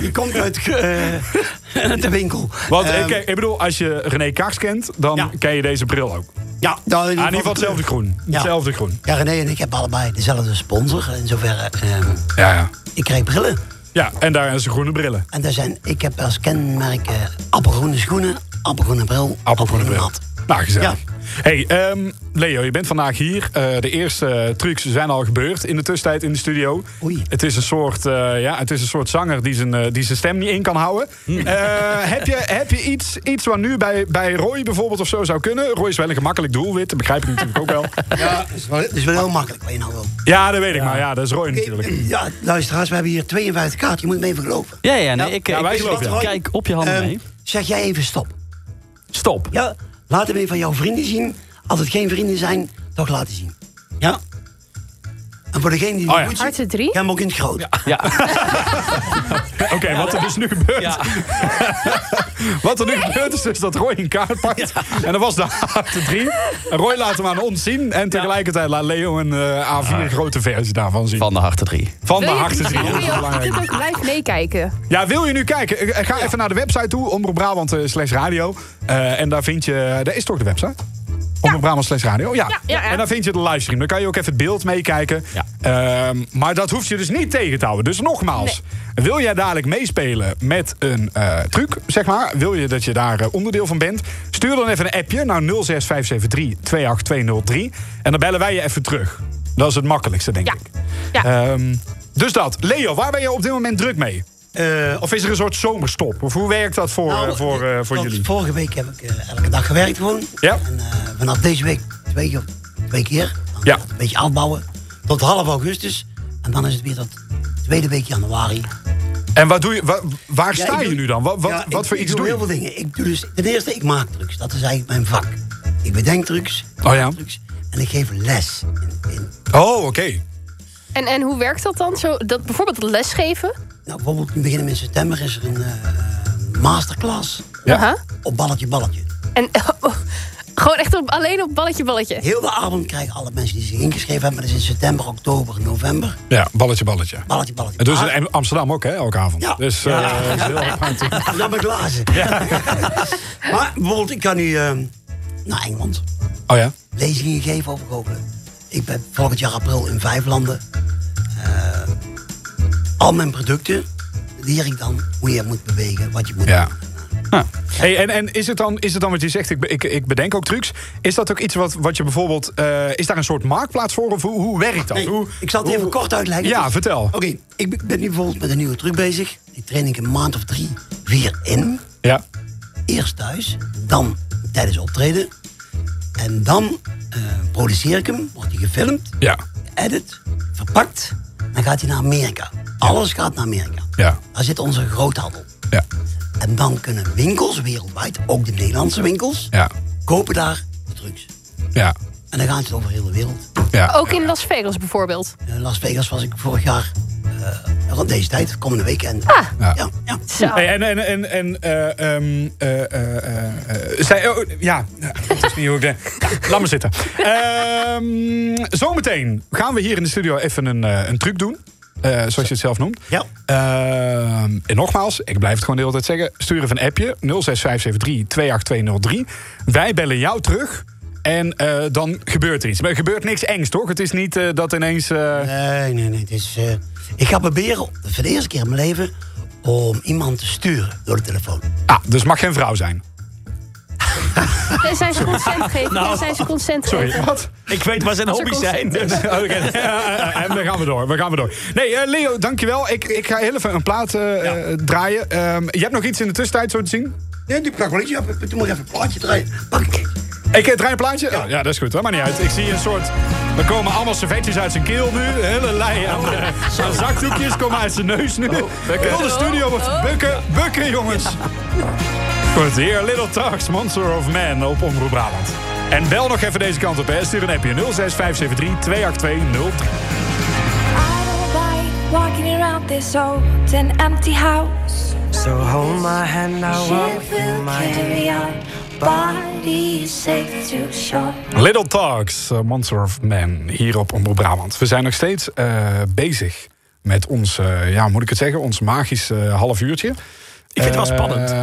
die komt uit eh, de winkel.
Want
Ehm,
eh, kijk, ik bedoel, als je René Kaars kent, dan ken je deze bril ook. Ah,
Ja, nou,
in ieder geval
kleur.
hetzelfde groen. Hetzelfde groen.
Ja, René en ik hebben allebei dezelfde sponsor. In zoverre. ehm,
Ja, ja.
Ik krijg brillen.
Ja, en daar zijn groene brillen.
En daar zijn, ik heb als kenmerk eh, appelgroene schoenen, appelgroene bril, appelgroene mat.
Nou, gezellig. Hey, ehm, Leo, je bent vandaag hier. Eh, de eerste eh, trucs zijn al gebeurd in de tussentijd in de studio. Het is een soort, eh, ja, het is een soort zanger die zijn, eh, die zijn stem niet in kan houden. Eh, heb je, heb je iets, iets wat nu bij, bij Roy bijvoorbeeld of zo zou kunnen? Roy is wel een gemakkelijk doelwit, dat begrijp ik natuurlijk ook wel.
Ja, het is wel, het Oh, is wel heel makkelijk wat je nou wil.
Ja, dat weet ik, maar ja, dat is Roy natuurlijk. Oh Eh,
Ja, luisteraars, we hebben hier 52 kaarten. Je moet me even geloven.
Ja, ja, nee, ik- ik weet
geloven
wat,
Roy.
kijk op je handen
Ehm,
mee.
Zeg jij even stop.
Stop.
Ja, laat hem even van jouw vrienden zien. Als het geen vrienden zijn, toch laten zien. Ja? En voor degene die het
Oh ja.
goed ziet, ik heb hem ook in het groot.
Oké, wat er dus nu gebeurt. wat er nu gebeurt is dus dat Roy een kaart pakt. En dat was de achter drie. En Roy laat hem aan ons zien. En tegelijkertijd laat Leo een eh, A4 grote versie daarvan zien. Van
de harte drie.
Van de
Wil je-
harte drie.
wil
dat is
je
belangrijk.
ook blijf meekijken.
Ja, wil je nu kijken? Eh, Ga even naar de website toe. Omroep Brabant eh, slash radio. Eh, en daar vind je... Daar is toch de website? Omroep Brabant slash radio? Ja.
ja, ja.
En daar vind je de livestream. Dan kan je ook even het beeld meekijken. Ehm, maar dat hoeft je dus niet tegen te houden. Dus nogmaals. Wil jij dadelijk meespelen met een eh, truc, zeg maar? Wil je dat je daar eh, onderdeel van bent? Stuur dan even een appje naar 06573-28203. En dan bellen wij je even terug. Dat is het makkelijkste, denk ik.
Eh,
Ehm, dus dat. Leo, waar ben je op dit moment druk mee? Eh, of is er een soort zomerstop? Of hoe werkt dat voor,
Nou,
eh, voor, eh, voor
Want
jullie?
Vorige week heb ik eh, elke dag gewerkt gewoon.
Ja.
En eh, vanaf deze week twee, keer- twee keer. Dan
Ja.
Een beetje afbouwen. Tot half augustus. En dan is het weer tot tweede week januari.
En wat doe je, wa- waar
Ja,
sta
ik
je
doe-
nu dan? Wat, wat,
Ja,
wat
ik-
voor
ik
iets
doe
doe je?
heel veel dingen. Ik doe dus, ten eerste, ik maak trucs. Dat is eigenlijk mijn vak. Ik bedenk trucs.
Oh ja.
Trucs, en ik geef les.
Oh, oké.
En, en hoe werkt dat dan? Zo, dat bijvoorbeeld lesgeven?
Nou, bijvoorbeeld nu beginnen we in september is er een eh, masterclass.
Aha.
Op balletje, balletje.
En oh, gewoon echt op, alleen op balletje, balletje.
Heel de avond krijgen alle mensen die zich ingeschreven hebben. Dat is in september, oktober, november. Ah,
Ja, balletje, balletje.
Balletje, balletje.
En dus in Amsterdam ook, hè, elke avond.
Ja.
Dus, eh,
Ja.
is heel apart.
Dan ben ik glazen. maar bijvoorbeeld, ik kan nu ehm, naar Engeland.
Oh ja?
Lezingen geven over goochelen. Ik ben volgend jaar april in vijf landen. Eh, al mijn producten leer ik dan hoe je moet bewegen, wat je moet
Ja.
doen.
Hey, en en is, het dan, is het dan wat je zegt, ik, be- ik, ik bedenk ook trucs. Is dat ook iets wat, wat je bijvoorbeeld... eh, is daar een soort marktplaats voor? Of hoe, hoe werkt dat?
Nee,
hoe,
ik zal het even
hoe-
kort uitleggen.
Ja,
Dus-
vertel.
Oké, ik ben- ben nu bijvoorbeeld met een nieuwe truc bezig. Die train ik een maand of drie, vier in.
Ja.
Eerst thuis, dan tijdens optreden. En dan eh, produceer ik hem, wordt hij gefilmd,
Ja.
geëdit, verpakt. Dan gaat hij naar Amerika. Alles gaat naar Amerika.
Ja.
Daar zit onze groothandel.
Ja.
En dan kunnen winkels wereldwijd, ook de Nederlandse winkels,
Ja.
kopen daar de trucs.
Ja.
En dan gaan ze over heel de wereld.
Ook in Las Vegas bijvoorbeeld.
In Las Vegas was ik vorig jaar eh, rond deze tijd, komende week. En, ja. Ja,
Oh.
Hey, en en, en, en eh, ehm, eh, eh, eh, eh, zij, oh, ja, nou, dat is niet hoe ik denk. Ja, laat maar zitten. Ehm, zometeen gaan we hier in de studio even een, eh, een truc doen. eh, zoals je het zelf noemt.
Ja.
Ehm, en nogmaals, ik blijf het gewoon de hele tijd zeggen. Stuur even een appje, 06573-28203. Wij bellen jou terug en eh, dan gebeurt er iets. Maar er gebeurt niks engs, toch? Het is niet eh, dat ineens... eh,
Nee, nee, nee. Het is, eh, ik ga proberen, voor de eerste keer in mijn leven, om iemand te sturen door de telefoon.
Ah, dus mag geen vrouw zijn.
Tenzij ze consent geven.
Nou.
Tenzij ze consent
Sorry,
geven.
wat?
Ik weet waar zijn
Als er
hobby's zijn.
consent
Dus.
Oké, eh, en dan gaan we door. We gaan we door. Nee, eh, Leo, dankjewel. Ik, ik ga heel even een plaat eh, eh, draaien. Ehm, je hebt nog iets in de tussentijd zo te zien?
Nee, die plak wel iets op. Toen moet ik even een plaatje draaien. Pak ik.
Ik eh, draai een plaatje? Ja, ja dat is goed. Hoor. Maar niet uit. Ik zie een soort... Er komen allemaal servetjes uit zijn keel nu. Een hele lei aan, eh, aan zakdoekjes komen uit zijn neus nu.
Oh,
Heel de studio wordt bukken, bukken, jongens. Goed, hier Little Talks, Monster of Man op Omroep Brabant. En bel nog even deze kant op. Hè. Stuur een appje 06573 28203.
Like walking around this old and empty house.
So hold my hand, I'll walk
She
you,
will
my
carry
dear.
our bodies safe to shore.
Little Talks, eh, Monster of Man, hier op Omroep Brabant. We zijn nog steeds eh, bezig met ons, eh, ja, hoe moet ik het zeggen, ons magisch eh, half uurtje. Ik
vind het wel spannend.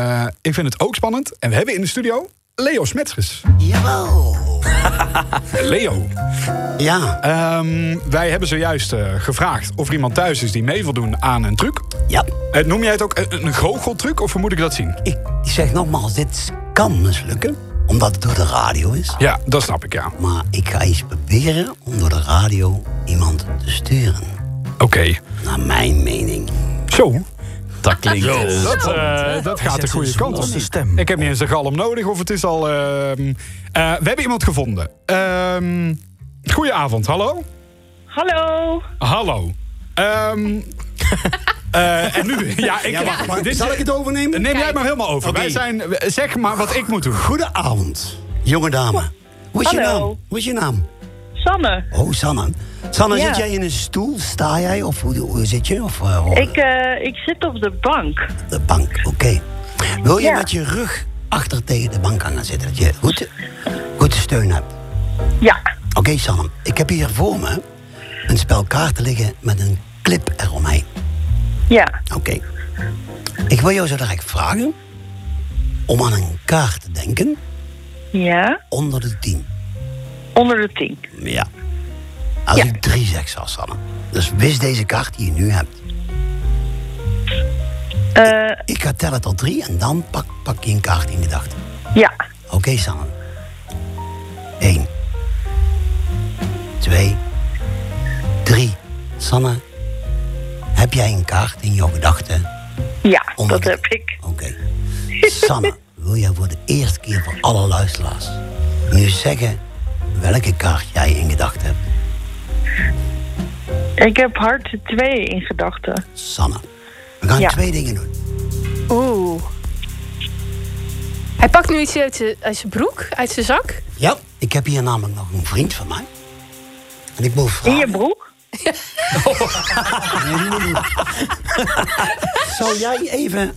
ik vind het ook spannend. En we hebben in de studio Leo Smetsges.
Jawel.
Leo.
Ja.
Ehm, wij hebben zojuist eh, gevraagd of er iemand thuis is die mee wil doen aan een truc.
Ja.
Eh, noem jij het ook een, een goocheltruc of hoe moet ik dat zien?
Ik zeg nogmaals, dit kan mislukken. Omdat het door de radio is.
Ja, dat snap ik, ja.
Maar ik ga iets proberen om door de radio iemand te sturen.
Oké.
Naar mijn mening.
Zo.
Dat klinkt... eh,
Dat, eh, dat
Hij
gaat
zet
de goede
zijn
kant op.
zwolle stem.
Ik heb niet eens een galm nodig of het is al... ehm, eh, we hebben iemand gevonden. Ehm goedenavond, hallo?
Hallo.
Hallo. Ehm, eh, en nu... Ja, ik,
Ja, wacht, maar
dit,
zal ik het overnemen?
neem jij maar helemaal over.
Oké.
Wij zijn, zeg maar wat ik moet doen.
Goedenavond, jonge dame. Hoe is je
Hallo.
naam? Hoe is je naam?
Sanne.
Oh, Sanne. Sanne,
Ja.
zit jij in een stoel? Sta jij? Of hoe, hoe zit je? Of eh, op
Ik, eh, ik zit op de bank.
de bank? Oké. Wil je
Ja.
met je rug achter tegen de bank aan gaan zitten? Dat je goed, goed steun hebt.
Ja.
Oké, Sanne. Ik heb hier voor me een spel kaarten liggen met een clip eromheen.
Ja.
Oké. Ik wil jou zo direct vragen om aan een kaart te denken
Ja.
onder de 10.
Onder de tien.
Ja. Als ik 3 zeg, zal Sanne. Dus wist deze kaart die je nu hebt.
Eh,
Ik ga tellen tot 3 en dan pak, pak je een kaart in gedachten.
ja.
Oké, Sanne. 1. 2. 3. Sanne, heb jij een kaart in jouw gedachten?
Ja,
Onder
dat
de-
heb ik.
Oké. Sanne, wil jij voor de eerste keer voor alle luisteraars nu zeggen welke kaart jij in gedachten hebt? Oh.
Ik heb hart 2 in gedachten.
Sanne, we gaan
Ja.
twee dingen doen.
Oeh. Hij pakt nu iets uit zijn, uit zijn broek, uit zijn zak.
Ja, ik heb hier namelijk nog een vriend van mij. En ik wil
In
vragen...
je broek?
Nee, nee, nee. Zou jij even...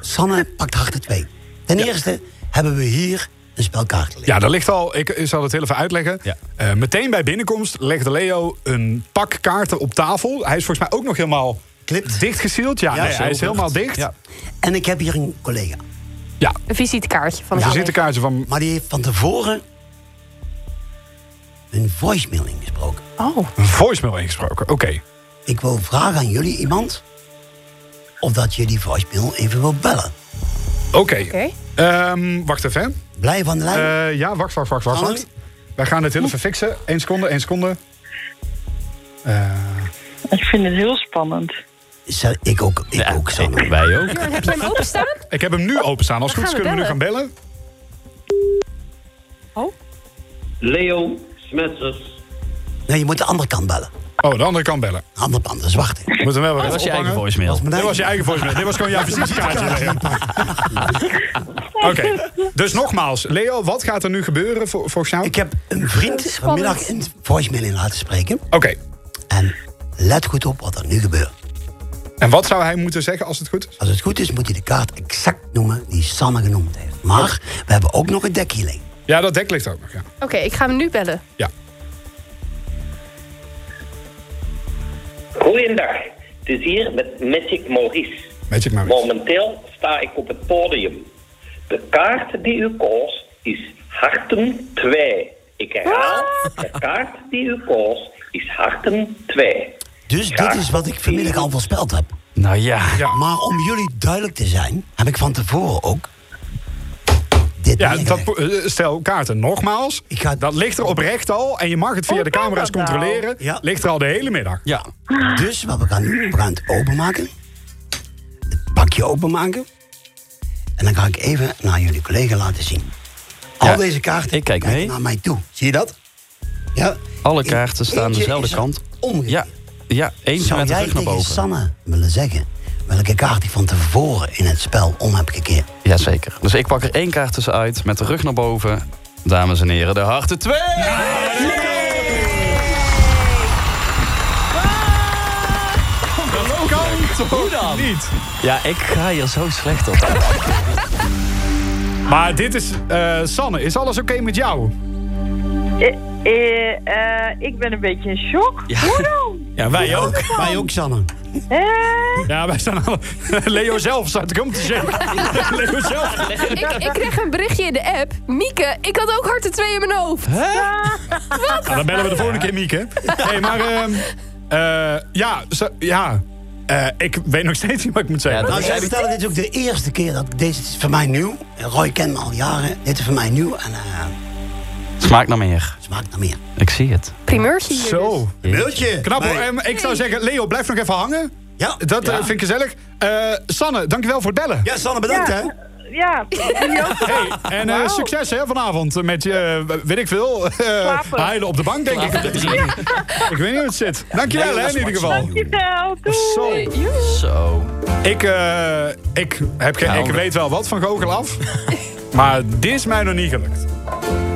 Sanne pakt harten twee. Ten eerste hebben we hier een spelkaart liggen.
Ja, daar ligt al. Ik ik zal het heel even uitleggen. Eh, meteen bij binnenkomst legde Leo een pak kaarten op tafel. Hij is volgens mij ook nog helemaal
Klipt.
dichtgesield. Ja,
Ja,
nee,
zo
hij is helemaal dicht. Ja,
Ja. En ik heb hier een collega.
Een visitekaartje van
een
een
visitekaartje van.
Maar die heeft van tevoren een voicemail ingesproken.
Oh.
Een voicemail ingesproken. Oké.
Ik wil vragen aan jullie iemand... of dat je die voicemail even wil bellen.
Oké.
Oké.
Ehm, wacht even. hè.
Blijf aan de lijn.
Eh, ja, wacht, wacht, wacht, wacht.
Hallo?
wacht. Wij gaan het heel even fixen. Eén seconde, één seconde. Eh,
Ik vind het heel spannend.
Zal Ik ook, ik ook, Sanne.
Wij ook.
Heb je hem openstaan?
ik heb hem
Oh,
nu openstaan. Als het
Dan
goed is,
gaan we
kunnen we nu gaan bellen.
Oh. Leo Smetsers.
Nee, je moet de andere kant bellen.
Oh, de andere kan bellen.
De andere kant, dat is wachten.
We moeten hem wel
Oh, Dat was
weer
je
even
eigen
ophangen.
voicemail.
Dit was je eigen voicemail. Dit was gewoon jouw visitekaartje, Leo. Oké, dus nogmaals. Leo, wat gaat er nu gebeuren voor, volgens jou?
Ik heb een vriend vanmiddag een voicemail in laten spreken.
Oké,
En let goed op wat er nu gebeurt.
en wat zou hij moeten zeggen als het goed is?
Als het goed is, moet hij de kaart exact noemen die Sanne genoemd heeft. Maar we hebben ook nog een dekje liggen.
Ja, dat dek ligt ook nog, ja.
Oké, ik ga hem nu bellen.
ja.
Goeiedag. Het is hier met Magic Maurice.
Magic Maurice.
Momenteel sta ik op het podium. De kaart die u koos is Harten 2. Ik herhaal, de kaart die u koos is Harten 2.
Dus dit is wat ik vanmiddag al voorspeld heb.
Nou ja.
Maar om jullie duidelijk te zijn, heb ik van tevoren ook dit
Ja,
neergelegd.
dat, po- eh, stel kaarten nogmaals. Dat ligt er oprecht al. En je mag het via de camera's controleren. Ligt er al de hele middag.
Ja.
Dus wat we gaan doen, we gaan het openmaken. Het pakje openmaken. En dan ga ik even naar jullie collega laten zien. Al
Ja,
deze kaarten
ik kijk
kijken
mee.
naar mij toe. Zie je dat? Ja.
Alle kaarten staan aan
eentje
dezelfde
is er
kant.
omgekeerd.
Ja, ja eentje
Zou
met de
jij
rug naar
tegen
boven.
Sanne willen zeggen welke kaart ik van tevoren in het spel om heb gekeerd?
Jazeker. Dus ik pak er één kaart tussenuit met de rug naar boven. Dames en heren, de harte twee!
Dat kan toch niet?
Ja, ik ga hier zo slecht op.
Maar dit is... eh, Sanne, is alles oké met jou?
Eh, eh, ik ben een beetje in shock. Hoe dan?
Ja, wij ook.
Wij ook, Sanne.
Eh,
Ja, wij staan al... Leo zelf staat ik om te zeggen. Leo zelf. Nou,
Ik, ik kreeg een berichtje in de app. Mieke, ik had ook harten twee in mijn hoofd.
Nou, dan bellen we de volgende keer Mieke. Nee, maar... ehm, eh, ja, zo- ja. Eh, ik weet nog steeds niet wat ik moet zeggen.
nou, zij vertellen, dit is ook de eerste keer dat ik deze... Dit is voor mij nieuw. Roy kent me al jaren. Dit is voor mij nieuw en eh
Smaakt naar meer.
smaakt naar meer.
Ik zie het.
Primeurtje hier
Zo.
dus.
Beeldje.
Knap hoor.
Nee.
Em, ik zou zeggen, Leo, blijf nog even hangen.
Ja.
Dat eh,
Ja.
vind ik gezellig. Eh, Sanne, dankjewel voor het bellen.
Ja, Sanne, bedankt, hè.
ja, jullie ook.
En eh, succes hè, vanavond met je, eh, weet ik veel, eh,
Slapen.
huilen op de bank, denk ik. ik weet niet hoe het zit. Dankjewel,
Nee,
hè,
dat
in
is
ieder
wat
geval.
Dankjewel. Doei.
Zo.
Ik, eh, ik, heb geen-
Nou,
ik weet wel wat van Gogel af, maar dit is mij nog niet gelukt.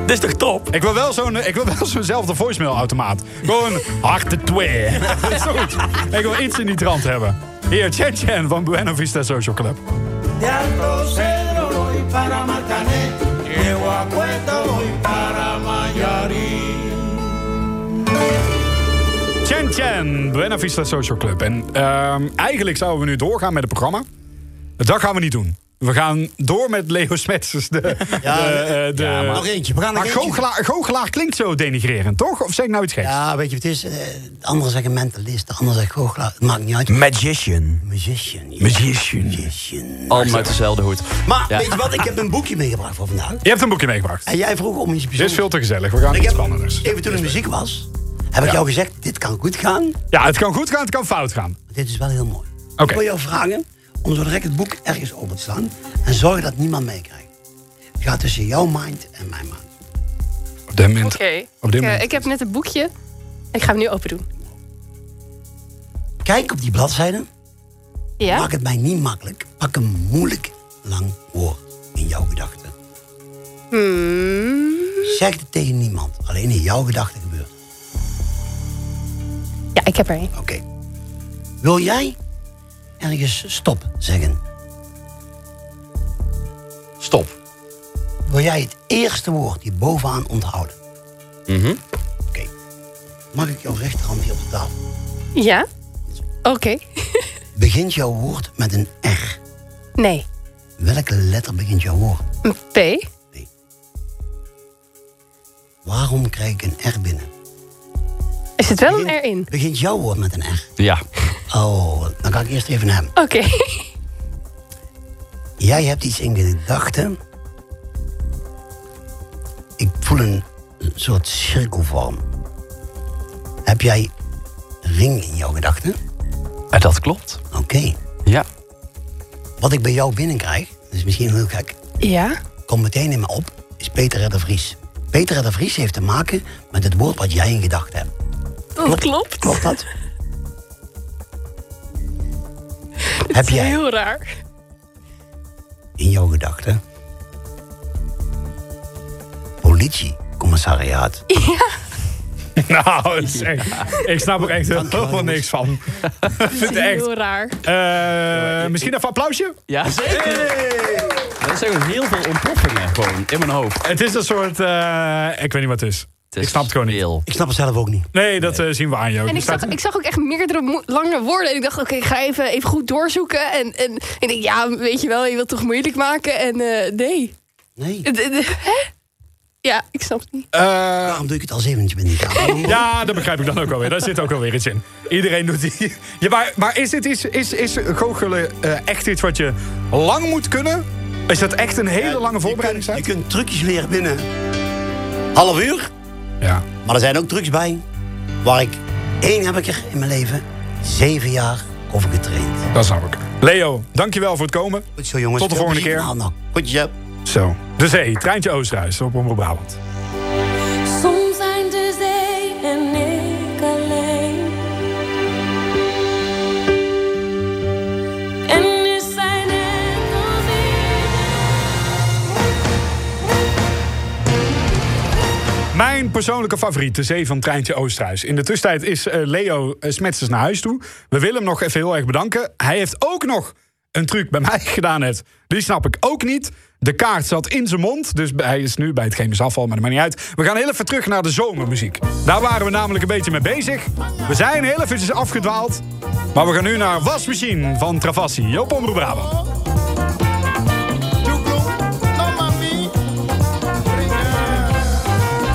Dit is toch top?
Ik wil wel zo'n ik wil wel zo'nzelfde voicemailautomaat. Gewoon harte twee. Dat is toch goed. Ik wil iets in die trant hebben. Hier, Chen Chen van Buena Vista Social Club.
De Alto Cedro voy para Marcané, llego a Cueto voy para Mayarí.
Chen Chen, Buena Vista Social Club. En ehm, eigenlijk zouden we nu doorgaan met het programma. Dat gaan we niet doen. We gaan door met Leo Smetsers. De,
Ja,
de, eh, de-
maar- Nog eentje, we gaan nog
maar
eentje.
goochelaar, goochelaar klinkt zo denigrerend, toch? Of zeg ik nou iets geks?
Ja, weet je wat het is? Eh, De anderen zeggen mentalist, de anderen zeggen goochelaar. Het maakt niet uit.
Magician.
Magician. ja.
Magician.
Magician.
Allemaal uit dezelfde hoed.
Maar
Ja.
weet je wat? Ik heb een boekje meegebracht voor vandaag.
Je hebt een boekje meegebracht.
En jij vroeg om
Dit is
iets bijzonders.
veel te gezellig. We gaan
Ik
iets
heb-
spannenders.
Even toen ik muziek was, heb ik jou gezegd, dit kan goed gaan.
Ja, het kan goed gaan, het kan fout gaan.
Dit is wel heel mooi.
Oké.
Ik wil jou vragen om zo direct het boek ergens open te slaan en zorg dat niemand meekrijgt. Het gaat tussen jouw mind en mijn mind.
Op dit moment.
Oké. Ik,
Op dit
eh,
moment.
ik heb net een boekje. Ik ga hem nu open doen.
Kijk op die bladzijde.
Ja?
Maak het mij niet makkelijk. Pak een moeilijk lang woord in jouw gedachten.
Hmm.
Zeg het tegen niemand. Alleen in jouw gedachten gebeurt. het.
Ja, ik heb er één.
Oké. Wil jij ergens stop zeggen?
Stop.
Wil jij het eerste woord die bovenaan onthouden?
Mhm.
Oké. Mag ik jouw rechterhand hier op de tafel?
Ja? Oké.
Begint jouw woord met een R?
Nee.
Welke letter begint jouw woord?
Een P?
Waarom krijg ik een R binnen?
Er zit wel een R in.
Begint jouw woord met een R?
Ja.
Oh, dan ga ik eerst even naar hem.
Oké.
Jij hebt iets in gedachten. Ik voel een soort cirkelvorm. Heb jij ring in jouw gedachten?
En dat klopt.
Oké.
Ja.
Wat ik bij jou binnenkrijg, dat is misschien heel gek,
Ja?
komt meteen in me op, is Peter R. de Vries. Peter R. de Vries heeft te maken met het woord wat jij in gedachten hebt.
Dat klopt.
Klopt dat?
Het
Heb
is
jij-
heel raar.
in jouw gedachten? Politie, commissariaat.
Nou, het is echt- ik snap er echt helemaal niks van. Ik
Het
vind
is
het echt.
heel raar.
Eh, misschien even een applausje?
Ja, zeker. Er zijn ook heel veel ontploffingen gewoon in mijn hoofd.
Het is een soort. eh, ik weet niet wat het is. ik snap het gewoon niet.
Ik snap het zelf ook niet.
Nee, dat eh, zien we aan jou.
En ik zag, ik zag ook echt meerdere mo- langere woorden. En ik dacht, oké, ik ga even, even goed doorzoeken. En, en, en ik denk, ja, weet je wel, je wilt toch moeilijk maken? En eh, nee.
Nee.
Hè? Ja, ik snap het niet.
Waarom doe ik het al zeventje binnen de kamer?
Eh, Ja, dat begrijp ik dan ook alweer. Daar zit ook alweer iets in. Iedereen doet die. Ja, maar, maar is dit iets, is, is goochelen eh, echt iets wat je lang moet kunnen? Is dat echt een hele lange voorbereiding? Je
kunt trucjes leren binnen half uur.
Ja.
Maar er zijn ook trucs bij waar ik één heb ik er in mijn leven zeven jaar over getraind.
Dat snap ik. Leo, dankjewel voor het komen.
Goed zo, jongens.
Tot de
Veel
volgende
plezier
keer.
vanavond nog. Goed, ja.
Zo. De zee, treintje Oosterhuis op Omroep Brabant.
Soms zijn de zee en ik alleen. En nu zijn het
Mijn persoonlijke favoriet, de zee van Treintje Oosterhuis. In de tussentijd is eh, Leo eh, Smetsers naar huis toe. We willen hem nog even heel erg bedanken. Hij heeft ook nog een truc bij mij gedaan net. Die snap ik ook niet. De kaart zat in zijn mond, dus hij is nu bij het chemisch afval, maar dat maakt niet uit. We gaan heel even terug naar de zomermuziek. Daar waren we namelijk een beetje mee bezig. We zijn heel eventjes afgedwaald. Maar we gaan nu naar Wasmachine van Travassi. Joop Omroep Brabant.
Toma mi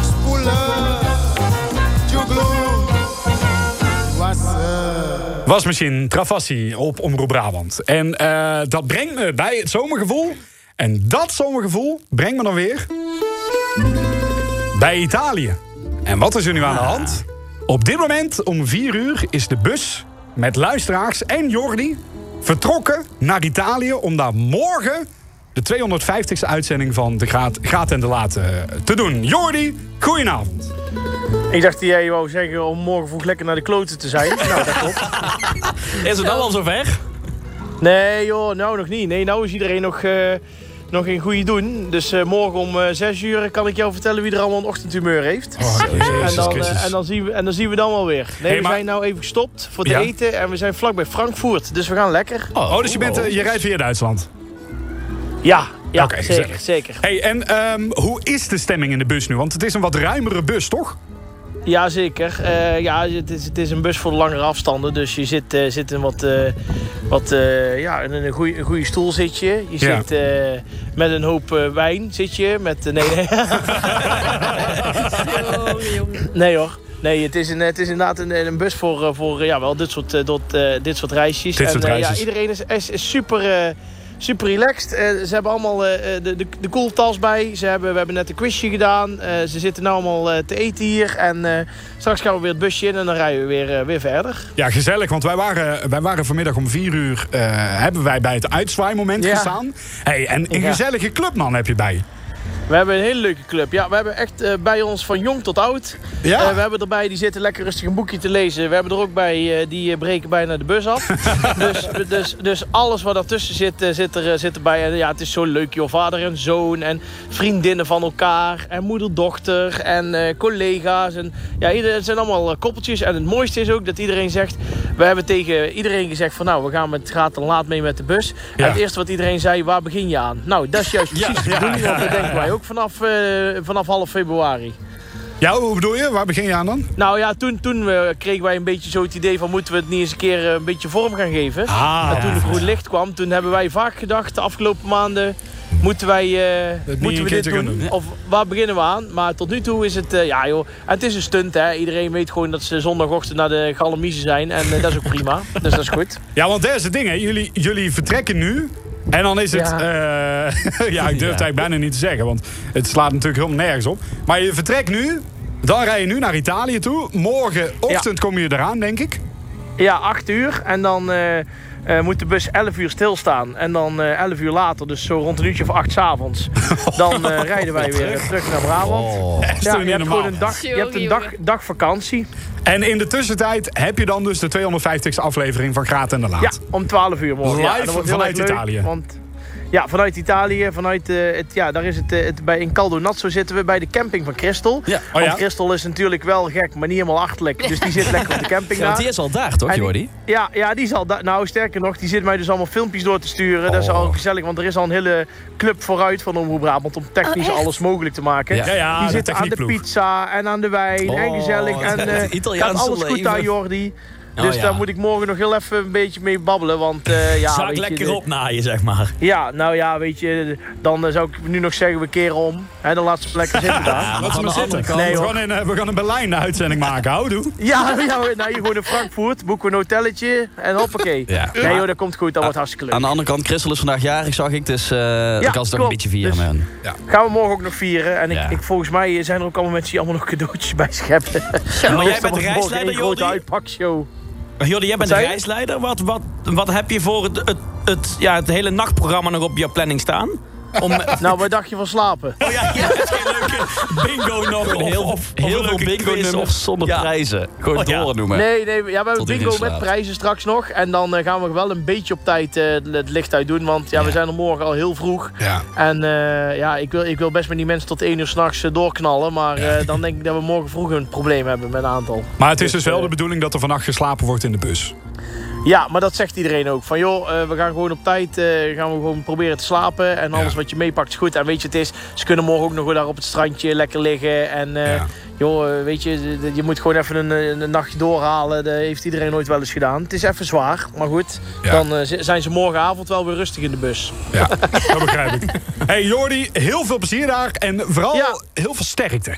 Spula Juglu Wasser
Wasmachine Travassi op Omroep Brabant. En eh, dat brengt me bij het zomergevoel. En dat zomergevoel brengt me dan weer bij Italië. En wat is er nu aan de hand? Op dit moment om 4 uur is de bus met luisteraars en Jordi vertrokken naar Italië om daar morgen de 250ste uitzending van De Graat, Graat en de Late te doen. Jordi, goedenavond.
Ik dacht dat jij wou zeggen om morgen vroeg lekker naar de kloten te zijn. nou, dat klopt.
Is het nou al zover?
Nee joh, nou nog niet. Nee, nou is iedereen nog, eh, nog in goede doen. Dus eh, morgen om eh 6 uur kan ik jou vertellen wie er allemaal een ochtendhumeur heeft.
Oh,
en, dan, eh, en, dan zien we, en dan zien we dan wel weer. Nee,
Hey,
we
maar-
zijn nou even gestopt voor het
Ja.
eten en we zijn vlakbij Frankfurt. Dus we gaan lekker.
Oh, dus je, bent, eh, je rijdt via Duitsland?
Ja, ja
Oké,
zeker,
gezellig.
zeker.
Hey, en ehm, hoe is de stemming in de bus nu? Want het is een wat ruimere bus, toch?
Jazeker. Eh, ja, het is, het is een bus voor de langere afstanden. Dus je zit, eh, zit in wat, eh, wat eh, ja, in een goede, een goede stoel zit je. Je
Ja.
zit eh, met een hoop eh, wijn zit je. Met, nee, nee. nee hoor. Nee, het is, een, het is inderdaad een, een bus voor, eh, voor eh, ja, wel dit, soort, eh, dat, eh, dit soort reisjes.
Dit soort
en, eh,
reisjes.
ja, iedereen is, is, is super, eh, super relaxed. Eh, ze hebben allemaal eh, eh, de, de, de koeltas bij. Ze hebben, we hebben net een quizje gedaan. Eh, ze zitten nu allemaal eh, te eten hier. En eh, straks gaan we weer het busje in en dan rijden we weer, eh, weer verder.
Ja, gezellig, want wij waren, wij waren vanmiddag om vier uur... eh, hebben wij bij het uitzwaaimoment
Ja.
gestaan. Hey, en een
Ja.
gezellige clubman heb je bij.
We hebben een hele leuke club. Ja, we hebben echt eh, bij ons van jong tot oud.
Ja.
Eh, we hebben erbij die zitten lekker rustig een boekje te lezen. We hebben er ook bij eh, die eh, breken bijna de bus af. dus, dus, dus alles wat daartussen zit, eh, zit, er, eh, zit erbij. En ja, het is zo leuk, joh. Vader en zoon en vriendinnen van elkaar. En moeder-dochter en eh, collega's. En, ja, ieder, het zijn allemaal eh, koppeltjes. En het mooiste is ook dat iedereen zegt... We hebben tegen iedereen gezegd van nou, we gaan met gaat en laat mee met de bus.
Ja.
En het eerste wat iedereen zei, waar begin je aan? Nou, dat is juist
Ja,
precies de
ja,
bedoeling, want
ja,
dat
ja,
denken wij ook vanaf, eh, vanaf half februari.
Ja, hoe bedoel je? Waar begin je aan dan?
Nou ja, toen, toen eh, kregen wij een beetje zo het idee van moeten we het niet eens een keer eh, een beetje vorm gaan geven.
Ah,
en toen het groen licht kwam, toen hebben wij vaak gedacht de afgelopen maanden moeten wij eh,
niet
moeten
een
we dit
keertje
doen?
gaan doen.
Of waar beginnen we aan? Maar tot nu toe is het, eh, ja joh, en het is een stunt hè. Iedereen weet gewoon dat ze zondagochtend naar de Galamiezen zijn en eh, dat is ook prima. Dus dat is goed.
Ja, want dat is het ding, hè. Jullie, jullie vertrekken nu... En dan is het... eh, Ja, ik durf het eigenlijk bijna niet te zeggen, want het slaat natuurlijk helemaal nergens op. Maar je vertrekt nu, dan rij je nu naar Italië toe. Morgenochtend kom je eraan, denk ik.
Ja, 8 uur. En dan eh, eh, moet de bus 11 uur stilstaan. En dan eh 11 uur later, dus zo rond een uurtje of 8 s'avonds, dan eh, rijden wij weer eh, terug naar Brabant.
Oh. is toch
Ja,
niet
je hebt
normaal?
gewoon een dag, je hebt een dag, dag vakantie.
En in de tussentijd heb je dan dus de 250ste aflevering van Graat en de Laat.
Ja, om 12 uur morgen. Ja,
Live
dat wordt heel
vanuit
erg leuk,
Italië.
Want Ja, vanuit Italië, vanuit eh, het, ja, daar is het, eh, het bij in Caldonazzo zitten we bij de camping van Christel.
Ja.
Oh
Want
ja.
Christel is natuurlijk wel gek, maar niet helemaal achterlijk. Dus die zit lekker op de camping
Ja, want
daar.
die is al daar, toch,
En die- Nou,
Jordi?
Ja, ja, die zal daar. Nou, sterker nog, die zit mij dus allemaal filmpjes door te sturen. Dat is
Oh.
al gezellig, want er is al een hele club vooruit van Omroep Brabant om technisch
Oh, echt?
alles mogelijk te maken.
Ja. Ja, ja,
die
de
zitten aan de
techniekploeg.
pizza en aan de wijn en
Oh,
gezellig. En
het
eh, gaat
Italiaanse
alles goed
leven.
daar, Jordi.
Oh,
Dus
ja.
daar moet ik morgen nog heel even een beetje mee babbelen. Want eh ja,
Zaak
weet je,
lekker
de-
opnaaien, zeg maar.
Ja, nou ja, weet je, dan eh, zou ik nu nog zeggen, we keren om. Hè, dan laat ze lekker zitten daar.
Laat ze maar zitten.
Nee,
we,
hoor.
gaan in, eh, we gaan in Berlijn de uitzending maken. Houdoe.
Ja, ja we- nou, je gewoon in Frankfurt, boeken we een hotelletje en hoppakee.
Ja.
Nee joh, dat komt goed, dat wordt hartstikke leuk.
Aan de andere kant, Christel is vandaag jarig, zag ik. Dus eh dan kan ze toch
klopt.
een beetje vieren,
Dus-
man.
Gaan we morgen ook nog vieren. En ik, ik, volgens mij zijn er ook allemaal mensen die allemaal nog cadeautjes bij scheppen.
jij
Dus dat
bent
wordt morgen
reisleider,
één grote
Jordi?
uitpakshow.
Jordi, jij bent
zei je?
reisleider. Wat, wat, wat heb je voor het, het, het, ja, het hele nachtprogramma nog op je planning staan? Om
Nou, wat dacht je van slapen?
bingo nog
Gewoon
of-
heel,
of- of
heel veel
leuke quiz of-
bingo-nummers zonder
Ja.
prijzen. Gewoon
Oh, ja.
doornoemen. noemen.
Nee, nee, ja, we hebben
Tot
bingo
iedereen
met
slaapt.
prijzen straks nog. En dan eh, gaan we wel een beetje op tijd eh, het licht uit doen. Want ja, we zijn er morgen al heel vroeg.
Ja.
En eh, ja, ik wil, ik wil best met die mensen tot één uur s'nachts nachts eh, doorknallen. Maar eh, dan denk ik dat we morgen vroeg een probleem hebben met een aantal.
Maar het is dus wel
eh,
de bedoeling dat er vannacht geslapen wordt in de bus.
Ja, maar dat zegt iedereen ook. Van joh, eh, we gaan gewoon op tijd, eh, gaan we gewoon proberen te slapen. En alles wat je meepakt is goed. En weet je, het is, ze kunnen morgen ook nog wel daar op het strandje lekker liggen. En eh, joh, eh, weet je, de- de- je moet gewoon even een, eh, een nachtje doorhalen. Dat heeft iedereen nooit wel eens gedaan. Het is even zwaar, maar goed. Dan eh, z- zijn ze morgenavond wel weer rustig in de bus.
Ja, dat begrijp ik. Hey Jordi, heel veel plezier daar en vooral heel veel sterkte.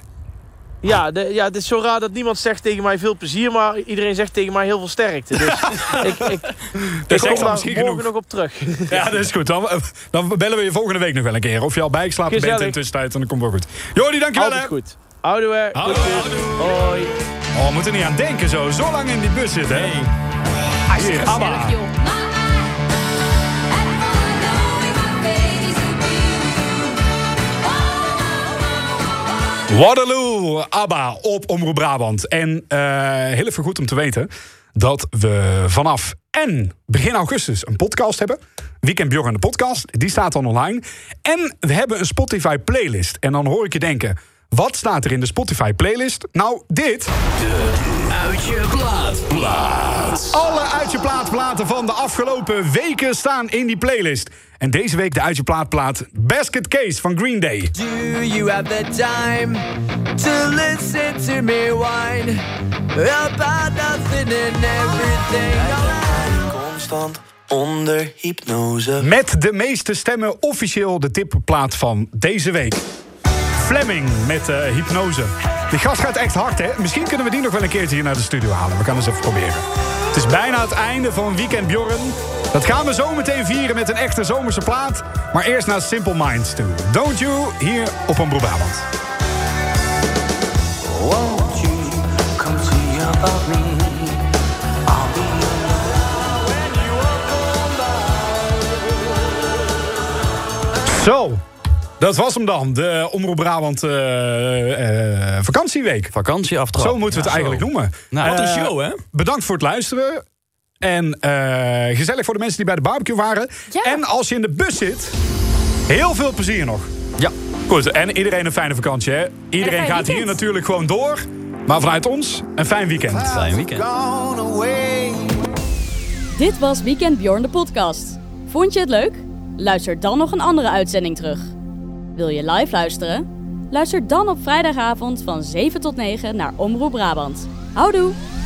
Ja, de, ja, het is zo raar dat niemand zegt tegen mij veel plezier, maar iedereen zegt tegen mij heel veel sterkte. Dus ik, ik, ik
zegt
kom
dan
daar
misschien
morgen
genoeg.
nog op terug.
Ja, dat is goed. Dan, eh, dan bellen we je volgende week nog wel een keer. Of je al bijgeslapen bent in de
Gezellig.
tussentijd, en dan komt wel goed. Jordi, dankjewel
Altijd
hè.
goed. Houden we.
Hallo.
Hoi.
Oh, we moeten niet aan denken zo. Zo lang in die bus zitten. hè. Hier, ABBA.
Oh,
Waterloo, ABBA op Omroep Brabant. En eh, heel even goed om te weten dat we vanaf en begin augustus een podcast hebben. Weekend Bjorn de podcast, die staat dan online. En we hebben een Spotify playlist. En dan hoor ik je denken, wat staat er in de Spotify playlist? Nou, dit.
Uit je plaat. Plaat.
Alle Uit Je Plaat platen van de afgelopen weken staan in die playlist. En deze week de Uit Je Plaat plaat Basket Case van Green Day.
Do you have the time to listen to me whine about nothing and everything?
Constant onder hypnose.
Met de meeste stemmen officieel de tipplaat van deze week. Fleming met eh, hypnose. Die gast gaat echt hard, hè? Misschien kunnen we die nog wel een keertje hier naar de studio halen. We gaan eens even proberen. Het is bijna het einde van Weekend Bjorn. Dat gaan we zo meteen vieren met een echte zomerse plaat. Maar eerst naar Simple Minds toe. Don't You, hier op een Brabant.
Won't you come see about me? I'll be
Zo, dat was hem dan. De Omroep Brabant eh, eh, vakantieweek.
Vakantieaftrap.
Zo moeten we het
Ja,
eigenlijk
zo.
noemen.
Nou, wat een
Eh,
show, hè?
Bedankt voor het luisteren. En eh, gezellig voor de mensen die bij de barbecue waren. En als je in de bus zit, heel veel plezier nog.
Ja.
Goed, en iedereen een fijne vakantie, hè? Iedereen
fijn
gaat hier
weekend.
natuurlijk gewoon door. Maar vanuit ons, een fijn weekend. Fijn weekend.
Dit was Weekend Bjorn de podcast. Vond je het leuk? Luister dan nog een andere uitzending terug. Wil je live luisteren? Luister dan op vrijdagavond van 7 tot 9 naar Omroep Brabant. Houdoe!